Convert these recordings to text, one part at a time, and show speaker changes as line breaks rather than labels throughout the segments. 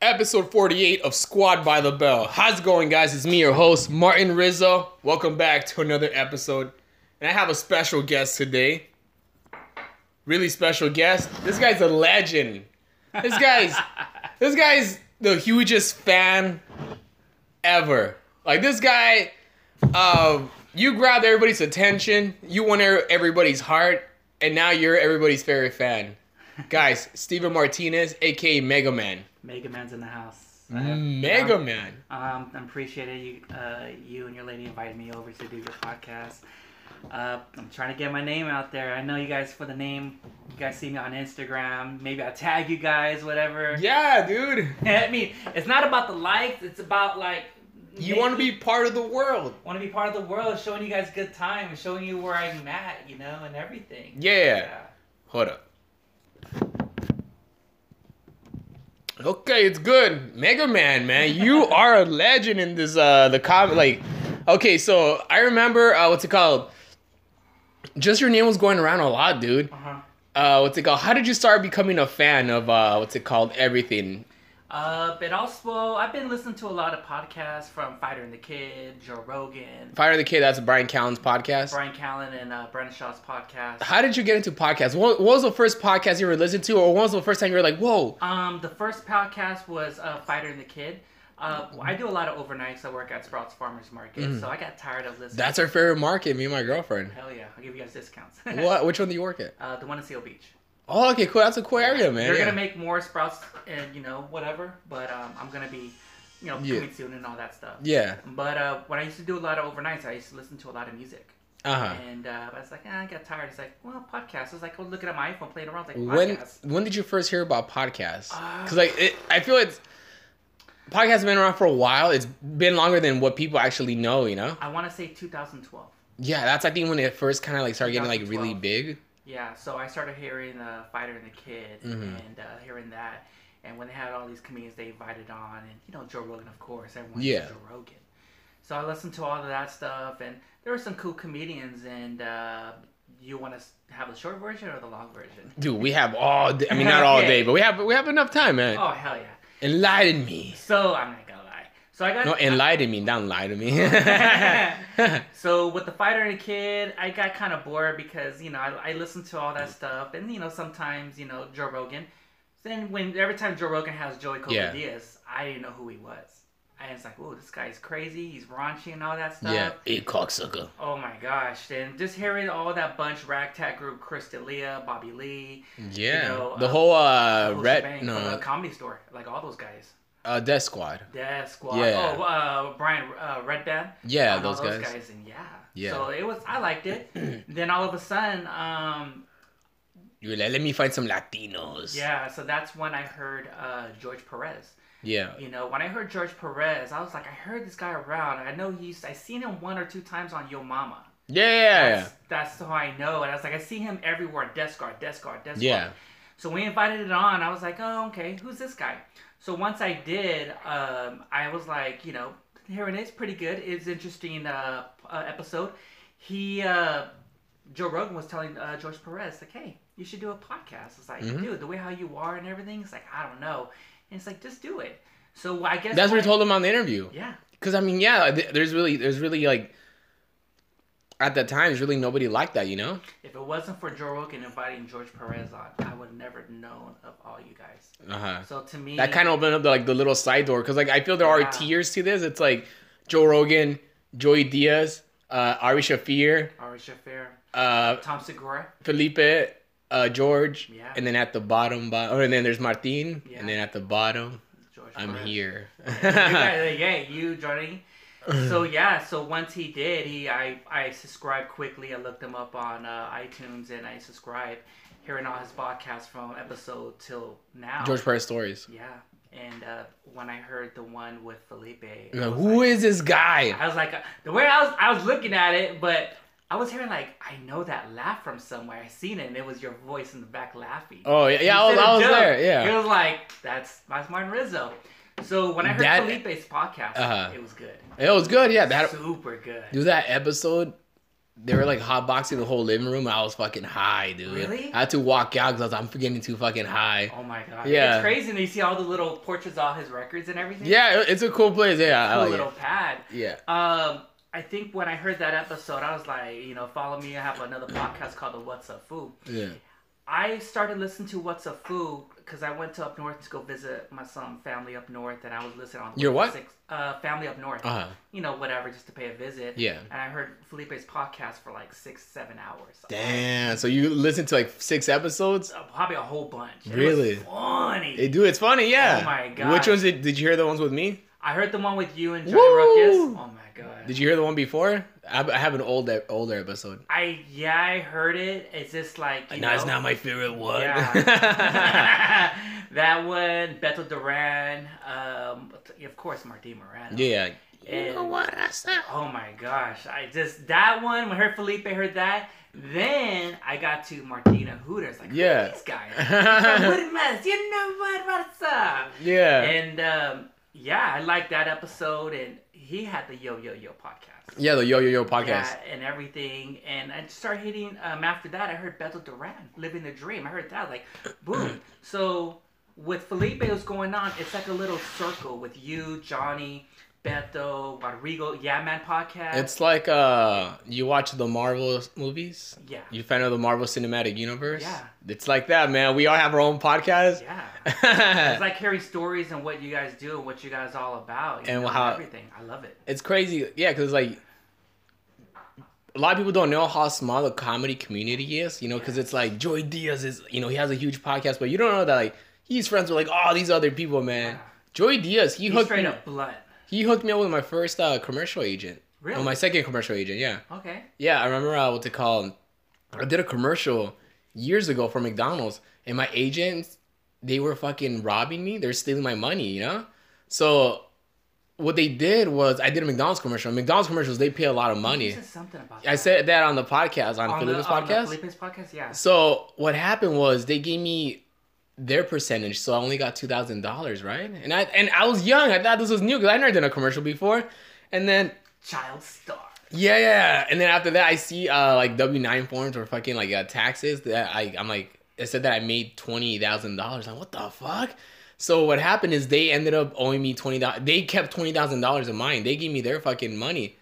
episode 48 of Squad by the Bell. How's it going, guys? It's me, your host, Martin Rizzo. Welcome back to another episode. And I have a special guest today. Really special guest. This guy's a legend. This guy's this guy's the hugest fan ever. Like this guy, uh, you grabbed everybody's attention, you won er- everybody's heart, and now you're everybody's favorite fan. Guys, Steven Martinez, aka Mega Man.
Mega Man's in the house. I have-
Mm, Mega
um,
Man.
Um, I'm appreciated you, uh, you and your lady invited me over to do your podcast. Uh, I'm trying to get my name out there. I know you guys for the name. You guys see me on Instagram. Maybe I tag you guys, whatever.
Yeah, dude.
I mean, it's not about the likes. It's about like
You want to be part of the world.
want to be part of the world, showing you guys good time, showing you where I'm at, you know, and everything.
Yeah. Hold up. Okay, it's good. Mega Man, man, you are a legend in this uh the comic. Like, okay, so I remember uh what's it called? Just your name was going around a lot, dude.
Uh huh.
Uh, what's it called? How did you start becoming a fan of uh what's it called? Everything.
Uh, but also, I've been listening to a lot of podcasts from Fighter and the Kid, Joe Rogan,
Fire the Kid. That's Brian Callen's podcast.
Brian Callen, and uh, Brendan Shaw's podcast.
How did you get into podcasts? What, what was the first podcast you were listening to, or what was the first time you were like, "Whoa,
Um, the first podcast was uh, Fighter and the Kid. Uh, I do a lot of overnights. I work at Sprouts Farmers Market, so I got tired of listening.
Mm. that's our favorite market"? Me and my girlfriend.
hell yeah. I'll give you guys discounts.
what? Which one do you work at?
Uh, the one in Seal Beach.
Oh, okay, cool. That's a cool area, man.
They're
yeah.
gonna make more Sprouts and you know whatever, but um, I'm gonna be, you know,
Yeah.
coming soon and all that stuff.
Yeah.
But uh, when I used to do a lot of overnights, I used to listen to a lot of music.
Uh huh.
And uh, I was like, eh, I got tired. It's like, well, podcast. I was like, oh, looking at my iPhone, playing around. I was like,
When
podcast.
when did you first hear about podcasts?
Ah.
Because like it, I feel it's podcasts have been around for a while. It's been longer than what people actually know. You know.
I want to say 2012.
Yeah, that's I think when it first kind of like started getting like really
2012.
big.
Yeah, so I started hearing uh, Fighter and the Kid
Mhm.
and uh, hearing that. And when they had all these comedians they invited on, and, you know, Joe Rogan, of course. Everyone
Yeah.
knows Joe Rogan. So I listened to all of that stuff, and there were some cool comedians. And uh, you want to have the short version or the long version?
Dude, we have all. Day, I mean, not all
Okay.
day, but we have we have enough time, man.
Oh, hell yeah.
Enlighten me.
So I'm not going to lie. So I got.
No,
I-
enlighten me. Don't lie to me.
So with the fighter and the kid, I got kind of bored because you know I, I listened to all that stuff, and you know sometimes you know Joe Rogan. Then when every time Joe Rogan has Joey Coco
Yeah.
Diaz, I didn't know who he was. I was like, "Whoa, this guy's crazy. He's raunchy and all that stuff."
yeah, a cocksucker.
Oh my gosh! And just hearing all that bunch ragtag group, Chris D'Elia, Bobby Lee,
Yeah,
know,
the
uh,
whole uh,
whole
red
shebang
no,
from the
no,
comedy store, like all those guys.
uh, Death Squad.
Death Squad.
Yeah.
Oh, uh, Brian uh, Redband.
Yeah,
and all
those guys.
and yeah.
Yeah.
So it was. I liked it. then all of a sudden, um,
You were like, let me find some Latinos.
yeah. So that's when I heard uh, George Perez.
yeah.
You know, when I heard George Perez, I was like, I heard this guy around. I know he's. I seen him one or two times on Yo Mama.
Yeah.
That's, that's how I know. And I was like, I see him everywhere. Death guard, death guard, death
Yeah.
guard. So we invited it on. I was like, oh, okay, who's this guy? So once I did, um, I was like, you know, here it is, pretty good. It's interesting uh, uh, episode. He, uh, Joe Rogan was telling uh, George Perez, like, hey, you should do a podcast. It's like,
Mhm.
dude, the way how you are and everything, it's like, I don't know. And it's like, just do it. So I guess
That's what we
I-
told him on the interview.
Yeah,
Because I mean, yeah, th- there's really, there's really like, at that time, there's really nobody like that, you know.
if it wasn't for Joe Rogan inviting George Perez on, I would have never known of all you guys.
Uh huh.
So to me,
That kind of opened up the, like the little side door because like I feel there
Yeah.
are tiers to this. It's like Joe Rogan, Joey Diaz, uh, Ari Shafir,
Ari Shaffir,
uh,
Tom Segura.
Felipe, uh, George,
Yeah.
and then at the bottom, bo- oh, and then there's Martin,
Yeah.
and then at the bottom,
George
I'm
Perez.
here.
yeah, yeah, you Johnny. So yeah, so once he did, he I I subscribed quickly. I looked him up on uh, iTunes and I subscribed, hearing all his podcasts from episode till now.
George Perez stories.
Yeah, and uh, when I heard the one with Felipe, I
Like,
was
Who
like-
is this guy?
I was like uh, the way I was I was looking at it, but I was hearing like I know that laugh from somewhere. I seen it, and it was your voice in the back laughing.
Oh yeah, yeah, I was,
Instead
I
of
was
Doug,
there.
It
Yeah.
was like, that's that's Martin Rizzo. So when I heard
That-
Felipe's podcast,
Uh-huh.
it was good.
It was good. Yeah, that
Super good.
do that episode they were like hotboxing the whole living room. I was fucking high, dude.
Really?
I had to walk out because I was I'm getting too fucking high.
Oh my god.
Yeah.
It's crazy and you see all the little portraits, all his records and everything.
Yeah, it- it's a cool place. Yeah, I
Cool
like
little
it.
pad.
Yeah.
Um, I think when I heard that episode, I was like, you know, follow me. I have another podcast called the What's Up Foo.
Yeah.
I started listening to What's Up Foo because I went to up north to go visit my some family up north, and I was listening on
Your what?
Six, uh, family up north.
Uh huh.
You know, whatever, just to pay a visit.
Yeah.
And I heard Felipe's podcast for like six, seven hours.
Damn. So you listen to like six episodes?
Uh, Probably a whole bunch. It was
Really?
funny.
Hey, dude, it's funny. Yeah.
Oh my God.
Which ones did, did you hear? The ones with me?
I heard the one with you and Johnny Ruckus.
Woo!
Oh my god.
Did you hear the one before? I, I have an old older episode.
I yeah, I heard it. It's just like you
No, it's
know,
not my favorite one. Yeah.
Yeah. that one, Beto Duran, um, of course, Martin Moreno. You know
what I said?
Oh my gosh! I just that one when her Felipe heard that. Then I got to Martina Hooters. Like, yeah,
Yeah.
this guy. He's from Hood Mess. You know what? What's up?
Yeah.
And um, yeah, I liked that episode. And he had the Yo Yo Yo podcast.
Yeah, the Yo Yo Yo podcast.
Yeah, and everything. And I started hitting. Um, after that, I heard Bethel Duran living the dream. I heard that like, boom. so with Felipe, what's going on? It's like a little circle with you, Johnny, Beto, Rodrigo, Yeah Man podcast.
It's like uh, you watch the Marvel movies.
yeah,
You fan of the Marvel Cinematic Universe?
Yeah.
It's like that, man. We all have our own podcast.
yeah. It's like hearing stories and what you guys do and what you guys all about you
And
know,
how-
everything. I love it.
it's crazy, yeah, because like a lot of people don't know how small the comedy community is, you know, because it's like Joy Diaz is, you know, he has a huge podcast, but you don't know that like he's friends with like all these other people, man.
Yeah.
Joy Diaz, he
He's
hooked
straight
me,
up blunt.
he hooked me up with my first uh, commercial agent,
Really?
oh, my second commercial agent, yeah.
Okay.
Yeah, I remember uh, what they call. 'em. I did a commercial years ago for McDonald's, and my agents, they were fucking robbing me. They're stealing my money, you know. So, what they did was, I did a McDonald's commercial. McDonald's commercials, they pay a lot of
You
money.
said something about
I
that.
said that on the podcast, on,
on the,
Felipe's
on the
podcast.
Felipe's podcast. Yeah.
So what happened was they gave me their percentage, so I only got two thousand dollars, right? And I and I was young. I thought this was new because I never done a commercial before. And then
Child star.
yeah, yeah. And then after that, I see uh like W nine forms or fucking like uh, taxes that I I'm like it said that I made twenty thousand dollars. Like what the fuck? So what happened is they ended up owing me twenty dollars. They kept twenty thousand dollars of mine. They gave me their fucking money.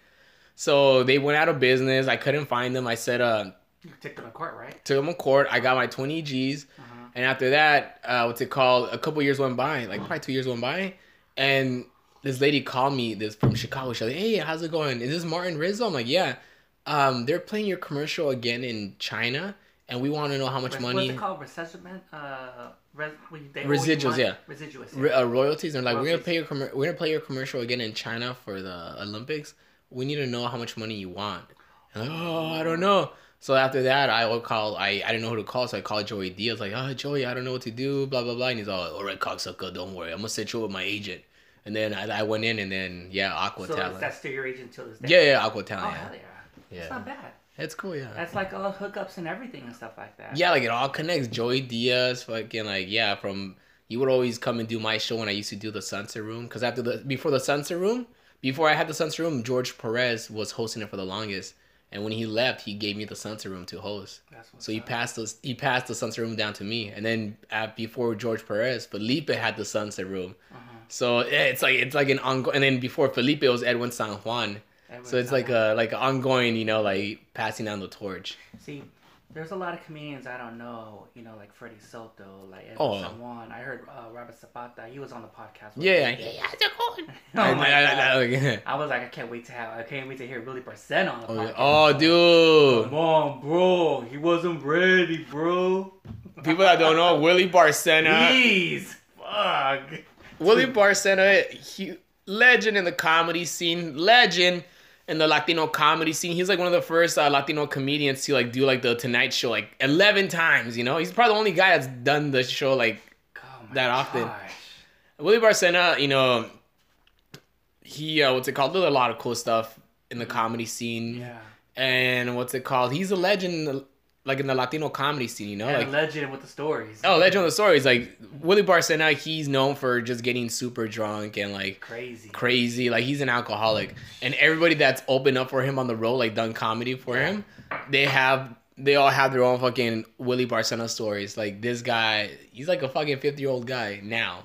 So they went out of business. I couldn't find them. I said uh
You took them to court, right?
took them to court. I got my twenty G's.
Uh-huh.
And after that, uh, what's it called? A couple years went by, like probably two years went by, and this lady called me this from Chicago. She's like, "Hey, how's it going? Is this Martin Rizzo?" I'm like, "Yeah." Um, they're playing your commercial again in China, and we want to know how much
Res- What's
money
it called? Recession, uh, res- when you- they owe you
Residuals,
money?
yeah.
Residuals.
re- uh, royalties. And they're like, "We're gonna
Royalties.
pay your commer we're gonna play your commercial again in China for the Olympics. We need to know how much money you want." And I'm like, oh, I don't know. So after that, I will call. I, I didn't know who to call, so I called Joey Diaz. Like, oh, Joey, I don't know what to do. Blah blah blah. And he's all, all right, cocksucker, don't worry. I'm gonna set you up with my agent. And then I, I went in, and then yeah, Aqua
so
Talent.
that's still your agent till this day.
Yeah, yeah, Aqua
Oh,
Talent.
hell yeah.
yeah, yeah.
That's not bad.
it's cool. Yeah,
That's like all hookups and everything and stuff like that.
yeah, like it all connects. Joey Diaz, fucking like yeah, from you would always come and do my show when I used to do the Sunset Room because after the before the Sunset Room, before I had the Sunset Room, George Perez was hosting it for the longest, and when he left, he gave me the Sunset Room to host.
That's what's
So he
up.
passed the he passed the sunset room down to me, and then uh, before George Perez, Felipe had the sunset room.
Uh-huh.
So yeah, it's like it's like an ongoing. And then before Felipe it was Edwin San Juan.
That was uh,
So it's
not
like
bad.
a like an ongoing, you know, like passing down the torch.
See, there's a lot of comedians I don't know, you know, like Freddie Soto, like Ed
Oh.
Someone. I heard uh, Robert Zapata. He was on the podcast. with
Yeah,
me.
yeah, yeah, it's a coin.
Oh
I-
my
I-
God.
I- I- like-
I was like, I can't wait to have, I can't wait to hear Willie Percent on the
oh,
podcast.
yeah. Oh,
Come
dude!
on, bro. He wasn't ready, bro.
People that don't know Willie Barcena,
Please. Fuck.
Willie Barcena, he, legend in the comedy scene, legend in the Latino comedy scene. He's like one of the first uh, Latino comedians to like do like the Tonight Show like eleven times. You know, he's probably the only guy that's done the show like
Oh my
That often.
gosh.
Willie Barcena, you know, he uh, what's it called? Did a lot of cool stuff in the comedy scene,
Mm-hmm. Yeah.
and what's it called? He's a legend in the like in the Latino comedy scene, you know?
And
like
a legend with the stories.
Oh, Legend of the Stories. Like Willie Barcena, he's known for just getting super drunk and like
Crazy.
crazy. Like he's an alcoholic, and everybody that's opened up for him on the road, like done comedy for him, they have they all have their own fucking Willie Barcena stories. Like this guy, he's like a fucking fifty year old guy now.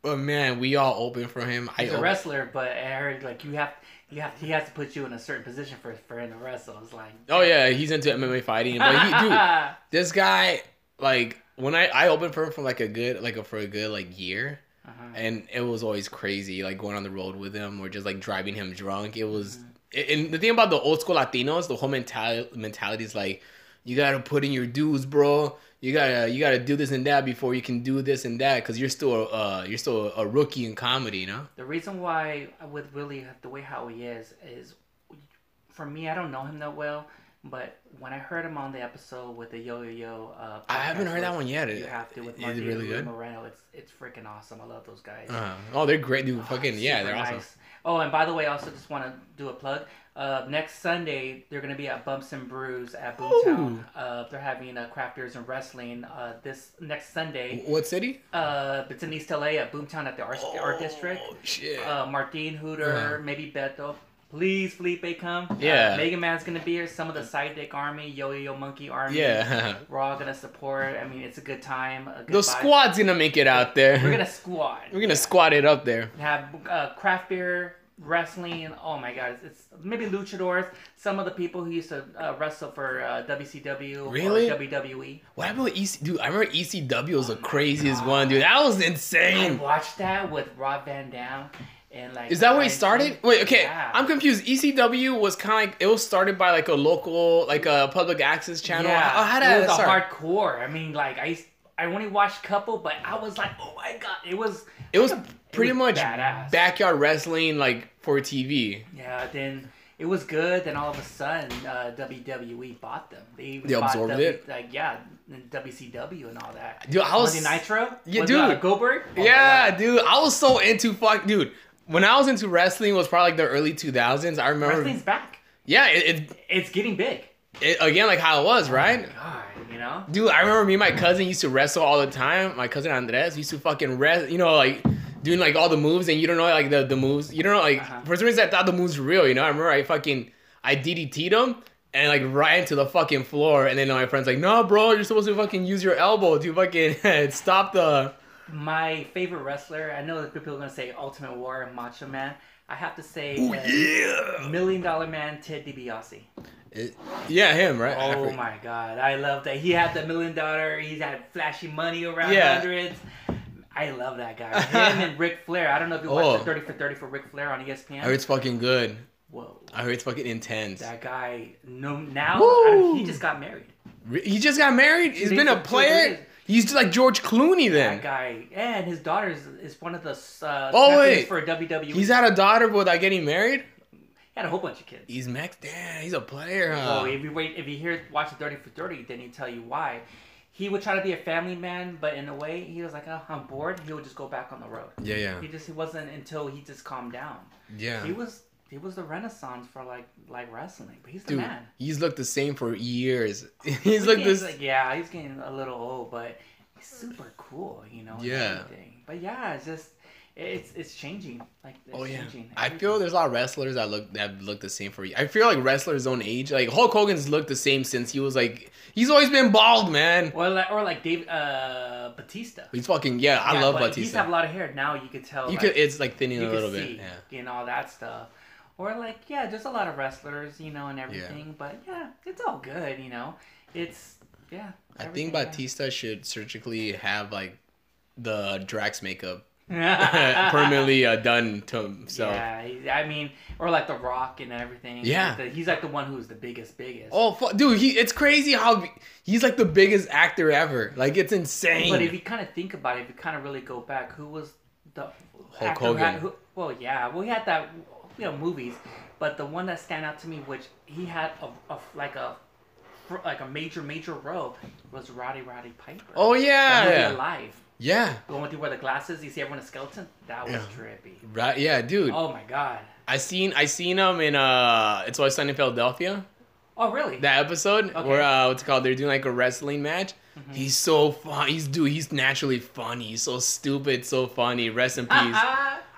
But man, we all open for him. I
Mm. He's a
open-
wrestler, but I heard like you have you have he has to put you in a certain position for for him to wrestle. It's like Uh-huh.
oh yeah, he's into MMA fighting. But he, dude, this guy, like when I I opened for him for like a good like for a good like year.
Uh-huh.
and it was always crazy like going on the road with him or just like driving him drunk it was and the thing about the old school latinos the whole mentality mentality is like you gotta put in your dues bro you gotta you gotta do this and that before you can do this and that because you're still uh you're still a rookie in comedy you know
The reason why with Willie the way how he is is for me I don't know him that well, but when I heard him on the episode with the Yo Yo Yo, uh,
i haven't
podcast
heard that
with-
one yet
You have to with
Eh, is
Marty
it really good
Moreno. It's it's freaking awesome. I love those guys.
uh, oh they're great dude
Oh,
fucking
it's
yeah
super
they're awesome
nice. Oh, and by the way, I also just want to do a plug. Uh, next Sunday, they're going to be at Bumps and Brews at Boomtown. Uh, they're having uh, craft beers and wrestling uh, this next Sunday.
what city
Uh, it's in East LA at Boomtown at the Arts Art District.
oh shit
Uh, Martin Hooter,
Uh-huh.
maybe Beto. Please, Felipe, come. Uh,
Yeah.
Mega Man's going to be here. Some of the Sidekick Army, Yo Yo Monkey Army.
yeah
We're all going to support. I mean, it's a good time. A good
the
vibe.
squad's gonna make it out there
We're going to squad.
we're gonna squad it up there
have uh, craft beer wrestling oh my god it's, it's maybe luchadors some of the people who used to uh, wrestle for uh, wcw
Really?
or E. wwe
What happened with EC? Dude, I remember ECW was the craziest one, dude. That was
i
insane.
watched that with rob van dam and like
Is that where he
I
started?
think-
Wait, okay,
yeah.
I'm confused. ECW was kind of like it was started by like a local, like a public access channel. Oh,
yeah
How, how did
it
that
was a
start?
hardcore i mean like i used- i only watched a couple but i was like oh my god it was
it was
it was
pretty much
badass.
backyard wrestling, like for TV.
yeah then it was good then all of a sudden uh, wwe bought them they, even
They
bought
absorbed
W-
it?
like yeah and wcw and all that
Dude, I was
Monday Nitro?
Yeah,
With, uh,
dude.
Goldberg? Oh my
Yeah,
God.
dude, I was so into fuck, dude. When I was into wrestling was probably like the early 2000s. I remember.
Wrestling's back.
Yeah, it, it,
It's getting big.
it again like how it was, right?
God, you know?
Dude, I remember me and my cousin used to wrestle all the time. My cousin Andres used to fucking rest, you know, like doing like all the moves, and you don't know like the, the moves. You don't know like
Uh-huh.
for some reason I thought the moves were real. You know, I remember I fucking I DDT'd him and like right into the fucking floor, and then my friend's like, "No, bro, you're supposed to fucking use your elbow to fucking stop the."
My favorite wrestler, I know that people are going to say Ultimate War and Macho Man. I have to say
Ooh,
that
yeah,
Million Dollar Man Ted DiBiase.
It- yeah, him right. I
Oh
forget.
my God. I love that. He had the million dollar, he had flashy money around
Yeah.
hundreds. I love that guy. Him and Ric Flair. I don't know if you watched
Oh.
the 30 for 30 for Ric Flair on E ESPN.
I heard it's fucking good.
Whoa.
I heard it's fucking intense.
That guy, no, now
Woo.
he just got married.
Re- He just got married. He's
He
been
needs
a
to-
player. He's just like George Clooney then.
That guy and his daughter is, is one of the uh,
Oh,
champions
wait.
for WWE.
He's had a daughter without getting married.
he had a whole bunch of kids.
He's Max. Damn, he's a player, huh?
Oh, if you wait, if you hear watch the Dirty for Dirty, then he tell you why. He would try to be a family man, but in a way, he was like, oh, I'm bored. He would just go back on the road.
yeah, yeah,
He just he wasn't until he just calmed down.
yeah.
He was he was the renaissance for like like wrestling, but he's the
Dude,
man.
he's looked the same for years. he's
He's
looked this.
like yeah, he's getting a little old, but he's super cool, you know. and
Yeah.
everything. But yeah, it's just it's it's changing. Like it's
oh yeah.
changing.
I
everything.
feel there's a lot of wrestlers that look that look the same for. I feel like wrestlers own age. Like Hulk Hogan's looked the same since he was like. He's always been bald, man.
Or like, or like Dave uh, Batista.
He's fucking yeah. I
Yeah,
love
but He used to have
Batista.
a lot of hair. Now you could tell.
You
like,
could. It's like thinning
you
a
could
little
see
bit. Yeah.
and all that stuff. Or like yeah, just a lot of wrestlers, you know, and everything. But yeah, it's all good, you know. It's yeah.
I
everything,
think Batista should surgically have like the Drax makeup
yeah.
permanently uh, done to himself.
Yeah, he- I mean, or like The Rock and everything.
Yeah.
The- he's like the one who's the biggest, biggest.
Oh, fu- dude, he, it's crazy how b- he's like the biggest actor ever. Like, it's insane.
But if you kind of think about it, if you kind of really go back, who was the
Hulk
who had-
Hogan.
who- well, yeah, well, he had that, you know, movies. But the one that stand out to me, which he had a, a like a fr- like a major major role, was Roddy Roddy Piper.
oh,
That movie
yeah.
Alive,
Yeah.
going through where the glasses, you see everyone a skeleton. That was
Yeah.
trippy.
Right. Yeah, dude.
Oh my god.
I seen I seen him in, uh, It's Always Sunny in Philadelphia.
Oh, really?
that episode
Okay. Mm-hmm.
where uh, what's it called they're doing like a wrestling match. He's so fun. He's dude. He's naturally funny. He's so stupid. So funny. Rest in peace.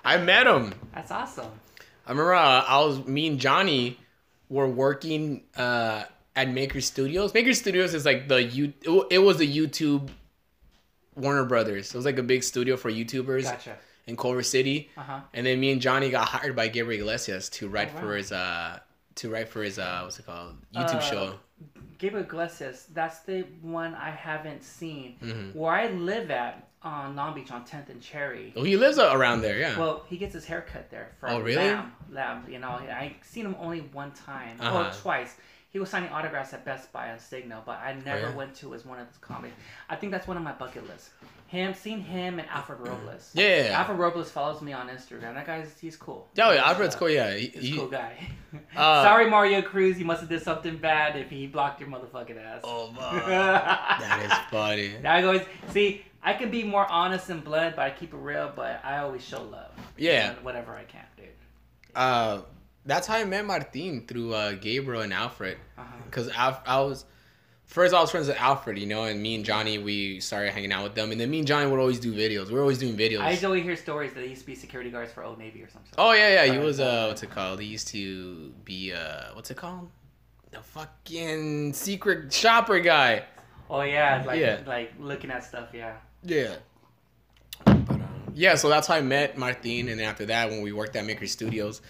I met him.
That's awesome.
I remember uh, I was me and Johnny were working uh, at Maker Studios. Maker Studios is like the you. It wa- It was the YouTube Warner Brothers. It was like a big studio for YouTubers
Gotcha.
in Culver City.
Uh huh.
And then me and Johnny got hired by Gabriel Iglesias to write
Oh, wow.
for his uh to write for his uh what's it called YouTube
Uh,
show.
Gabriel Iglesias, that's the one I haven't seen.
Mhm.
Where I live at on Long Beach on 10th and Cherry.
Oh, he lives uh, around there, yeah.
Well, he gets his hair cut there from
Oh, really?
Lamb. Lamb, you know, I seen him only one time
Uh-huh.
or twice. He was signing autographs at Best Buy on Signal, but I never
Oh, yeah?
went to his one of his comedy. I think that's one of my bucket lists. Him, seen him and Alfred Robles.
yeah, yeah, yeah.
Alfred Robles follows me on Instagram. That guy's he's cool.
Yeah,
He's,
yeah, Alfred's
uh,
cool. Yeah, he,
He's a
he-
cool guy.
uh,
Sorry, Mario Cruz. You must have did something bad if he blocked your motherfucking ass.
Oh, fuck. that
that
is funny.
Now I always see. I can be more honest and blunt, but I keep it real. But I always show love.
Yeah.
And Whatever I can, dude.
Uh, that's how I met Martin through uh, Gabriel and Alfred.
Uh-huh.
Cause Alf- I was first I was friends with Alfred, you know, and me and Johnny we started hanging out with them, and then me and Johnny would always do videos. We were always doing videos.
I don't hear stories that they used to be security guards for Old Navy or something.
Oh yeah, yeah. He
Right.
was uh, what's it called? He used to be uh, what's it called? The fucking secret shopper guy.
Oh yeah, like
Yeah.
like looking at stuff. Yeah.
Yeah. But, um, yeah, so that's how I met Martin, and then after that, when we worked at Maker Studios,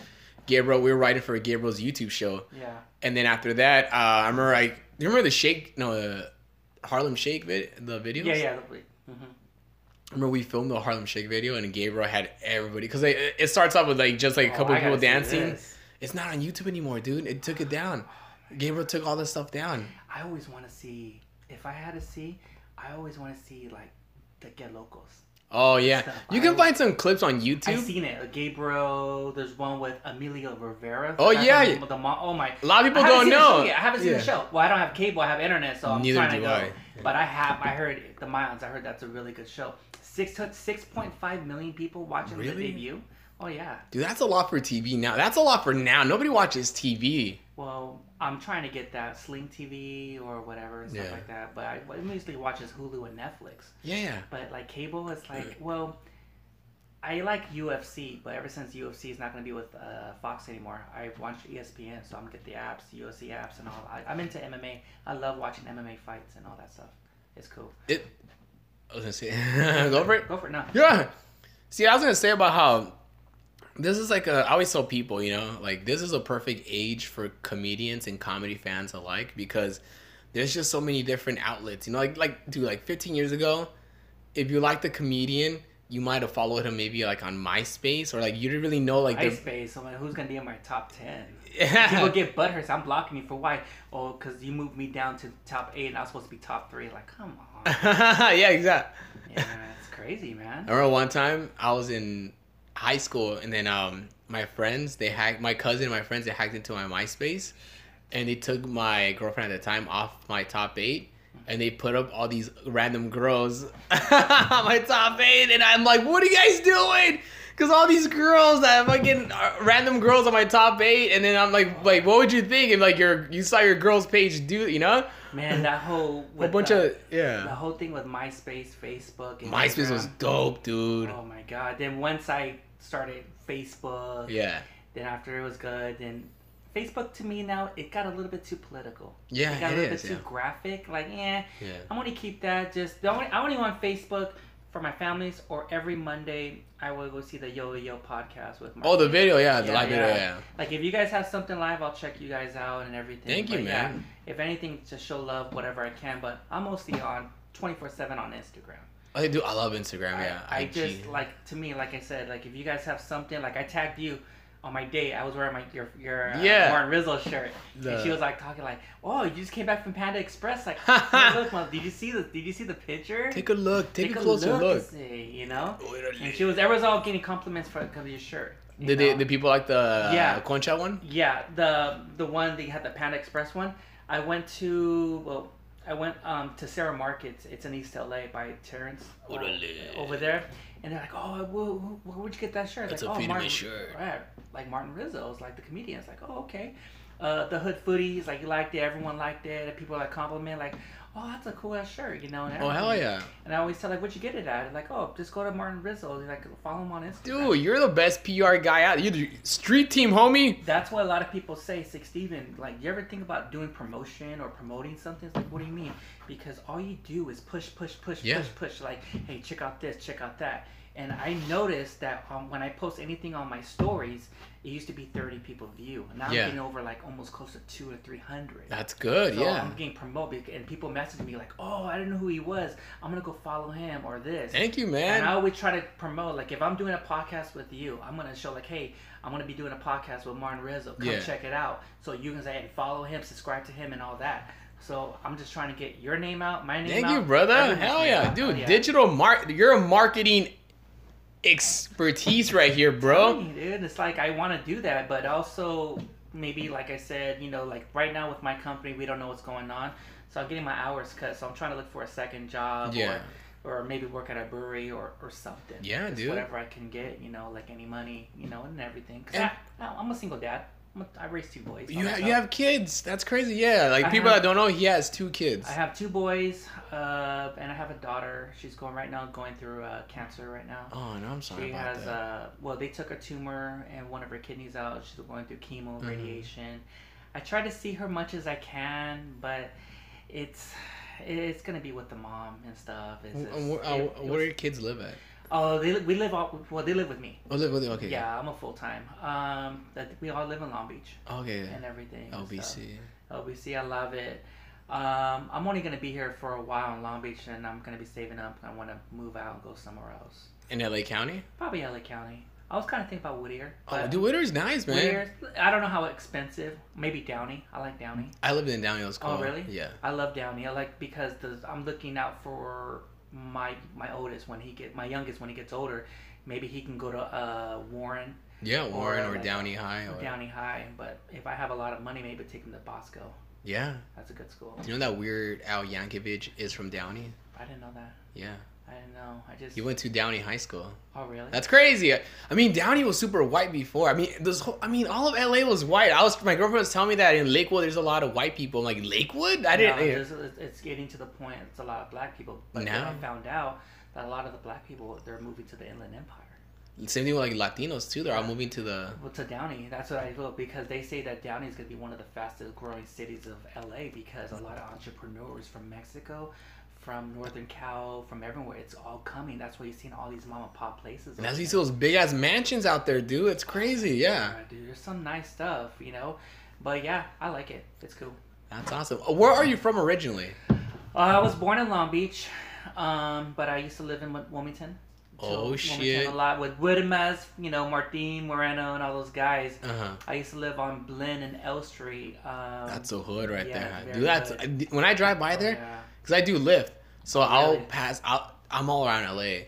Gabriel, we were writing for Gabriel's YouTube show,
Yeah.
and then after that, uh, I remember I do you remember the shake no uh, Harlem Shake vid- the videos.
Yeah, yeah. Mm-hmm.
I remember we filmed the Harlem Shake video, and Gabriel had everybody because it it starts off with like just like a
Oh,
couple people dancing. It's not on YouTube anymore, dude. It took it down. Gabriel took all this stuff down.
I always want to see. If I had to see, I always want to see like the Get Locos.
Oh yeah,
Stuff.
you can
I-
find some clips on YouTube.
I've seen it. Uh, Gabriel. There's one with Emilio Rivera.
Oh,
That's
yeah.
The, the mo- oh my.
A lot of people
I haven't
don't
seen the
know.
show yet. I haven't seen
Yeah.
the show. Well, I don't have cable. I have internet, so I'm
Neither
trying to
do
go.
I.
But I have. I heard the Mayans. I heard that's a really good show. Six six point five million people watching the
Really?
debut. Oh yeah.
Dude, that's a lot for TV now. That's a lot for now. Nobody watches TV.
Well, I'm trying to get that Sling TV or whatever and stuff
Yeah.
like that. But I what mostly watches Hulu and Netflix.
Yeah.
But like cable, it's
Mm.
like well. I like UFC, but ever since UFC is not going to be with uh, Fox anymore, I watch E ESPN, so I'm gonna get the apps, UFC apps, and all. I, I'm into MMA. I love watching MMA fights and all that stuff. It's cool.
It. I was gonna say, go for it.
Go for it. No.
Yeah. See, I was gonna say about how this is like a. I always tell people, you know, like this is a perfect age for comedians and comedy fans alike because there's just so many different outlets. You know, like like dude, like 15 years ago, if you liked the comedian, you might have followed him maybe like on MySpace or like you didn't really know like the.
MySpace. So I'm like, who's gonna be in Oh my top ten? People get butthurts. I'm blocking you for why? Oh, because you moved me down to top eight, and I was supposed to be top three. Like, come on.
yeah, exactly.
yeah, it's crazy, man.
I remember one time I was in high school, and then um, my friends they hacked my cousin and my friends they hacked into my MySpace, and they took my girlfriend at the time off my top eight, and they put up all these random girls on my top eight, and I'm like, what are you guys doing? Cause all these girls that fucking uh, random girls on my top eight, and then I'm like, like, what would you think if like your you saw your girls page do you know
Man, that whole
a
with
bunch
the,
of
the
yeah.
whole thing with MySpace, Facebook, and
MySpace was dope, dude.
Oh my god! Then once I started Facebook,
Yeah,
then after it was good, then Facebook to me now it got a little bit too political. It
yeah,
got
it
a little
is.
bit
Yeah.
too graphic. Like, yeah,
yeah.
I want to keep that. Just the only I only want Facebook for my families. Or every Monday, I will go see the Yo Yo podcast with my.
Oh, the video, yeah, the
Yeah,
live video,
yeah.
yeah.
Like if you guys have something live, I'll check you guys out and everything.
Thank you,
But yeah,
man.
if anything, to show love, whatever I can. But I'm mostly on 24 seven on Instagram.
Oh, they do. I love Instagram, yeah.
I, I
IG.
just like to me, like I said, like if you guys have something, like I tagged you. On my date, I was wearing my your your uh,
Yeah.
Warren Rizzo shirt,
The-
and she was like talking like, "Oh, you just came back from Panda Express, like, hey, look, mom, did you see the did you see the picture?
take a look, take,
Take
a closer
and
look.
see, you know." And she
Literally.
was, everyone's all getting compliments for because of your shirt. you
Did
know?
they, the people like the
Yeah.
uh, Concha one?
Yeah, the the one they had the Panda Express one. I went to well, I went um to Sarah Markets. It's in East LA by Terrence uh,
Orale.
over there, and they're like, "Oh, who, who, where'd you get that shirt?"
That's
like,
a
oh,
Freedom
Martin,
Is shirt."
Right, like Martin Rizzo's, like the comedian. It's like, "Oh, okay." uh, the hood footy. He's like, you liked it. Everyone liked it. And people like compliment like, oh, that's a cool ass shirt, you know. And
Oh hell
everything.
yeah,
And I always tell like, what you get it at? And like, oh, just go to Martin Rizzo. And like, follow him on Instagram.
dude! You're the best PR guy out. You're the street team, homie.
That's what a lot of people say, Six Steven, like you ever think about doing promotion or promoting something? It's like, what do you mean? Because all you do is push, push, push,
Yeah.
push, push. Like, hey, check out this, check out that. And I noticed that um, when I post anything on my stories, it used to be 30 people view. Now
Yeah.
I'm getting over like almost close to two or 300.
That's good.
so
yeah.
I'm getting promoted, bec- and people message me like, "Oh, I didn't know who he was. I'm gonna go follow him or this."
Thank you, man.
And I always try to promote, like, if I'm doing a podcast with you, I'm gonna show, like, hey, I'm gonna be doing a podcast with Martin Rizzo. Come
Yeah.
check it out. So you can say, hey, follow him, subscribe to him, and all that. So I'm just trying to get your name out, my name
Thank
out.
you, brother.
everyone's
Hell
name
yeah,
out. Oh,
dude!
Yeah.
Digital mark. You're a marketing expertise right here, bro.
Funny, dude. It's like I want to do that, but also maybe, like I said, you know, like right now with my company, we don't know what's going on, so I'm getting my hours cut. So I'm trying to look for a second job,
Yeah.
or, or maybe work at a brewery or, or something.
Yeah,
Just
dude.
Whatever I can get, you know, like any money, you know, and everything. Cause
And-
I, I- I'm a single dad. I'm a, I raised two boys.
You
all
have,
myself.
you have kids. That's crazy. Yeah, like
I
people
have-
that don't know, he has two kids.
I have two boys, uh, and I have a daughter. She's going right now, going through uh, cancer right now.
oh, no, I'm sorry
She
about
has
that.
uh well they took a tumor and one of her kidneys out. She's going through chemo,
Mhm.
radiation. I try to see her much as I can, but it's it's gonna be with the mom and stuff. It's,
W-
just-
w- uh,
it- it
where do
was-
your kids live at?
oh, they li- we live all well. They live with me.
Oh, live with you. Okay.
Yeah, I'm a full time. Um, that- we all live in Long Beach
Okay.
and everything. and stuff.
LBC.
LBC, I love it. Um, I'm only gonna be here for a while in Long Beach, and I'm gonna be saving up. I want to move out and go somewhere else.
In LA County?
Probably LA County. I was kind of thinking about Whittier.
Oh,
but-
dude, Whittier's nice, man.
Weird. I don't know how expensive. Maybe Downey. I like Downey.
I lived in Downey. It was
Oh,
cool.
really?
Yeah.
I love Downey. I like because the, I'm looking out for my my oldest when he get my youngest when he gets older. Maybe he can go to uh, Warren
Yeah, Warren or,
Oh, like,
Downey High.
or
Or,
Downey High. But if I have a lot of money, maybe take him to Bosco.
yeah.
That's a good school.
You know that weird Al Yankovic is from Downey?
I didn't know that.
Yeah.
I didn't know. I just.
He went to Downey High School.
oh really?
That's crazy. I mean, Downey was super white before. I mean, this whole, I mean, all of LA was white. I was my girlfriend was telling me that in Lakewood there's a lot of white people. I'm like, "Lakewood?" I
No,
didn't eh. yeah.
there's- it's- it's getting to the point. It's a lot of black people. But then
Now?
I found out that a lot of the black people they're moving to the Inland Empire.
Same thing with like Latinos too. They're all moving to the
Well, to Downey, that's what I feel because they say that Downey is going to be one of the fastest growing cities of LA because a lot of entrepreneurs from Mexico, from Northern Cal, from everywhere, it's all coming. That's why you've seen all these mom and pop
And
places.
that's
over
why you see
there.
those big ass mansions out there, dude. It's crazy. Yeah.
dude, there's some nice stuff, you know. But yeah, I like it. It's cool.
That's awesome. Uh, Where are you from originally?
Uh, I was born in Long Beach, um, but I used to live in Wil- Wilmington. So
Oh,
Wilmington
shit.
A lot with Widemez, you know, Martin Moreno, and all those guys.
Uh huh.
I used to live on Blinn and L Street. Um,
That's a hood right
yeah,
there.
very
Dude, that's I- when I drive by
oh,
there,
yeah.
because I do lift. So I'll
Really?
pass out. I'm all around LA.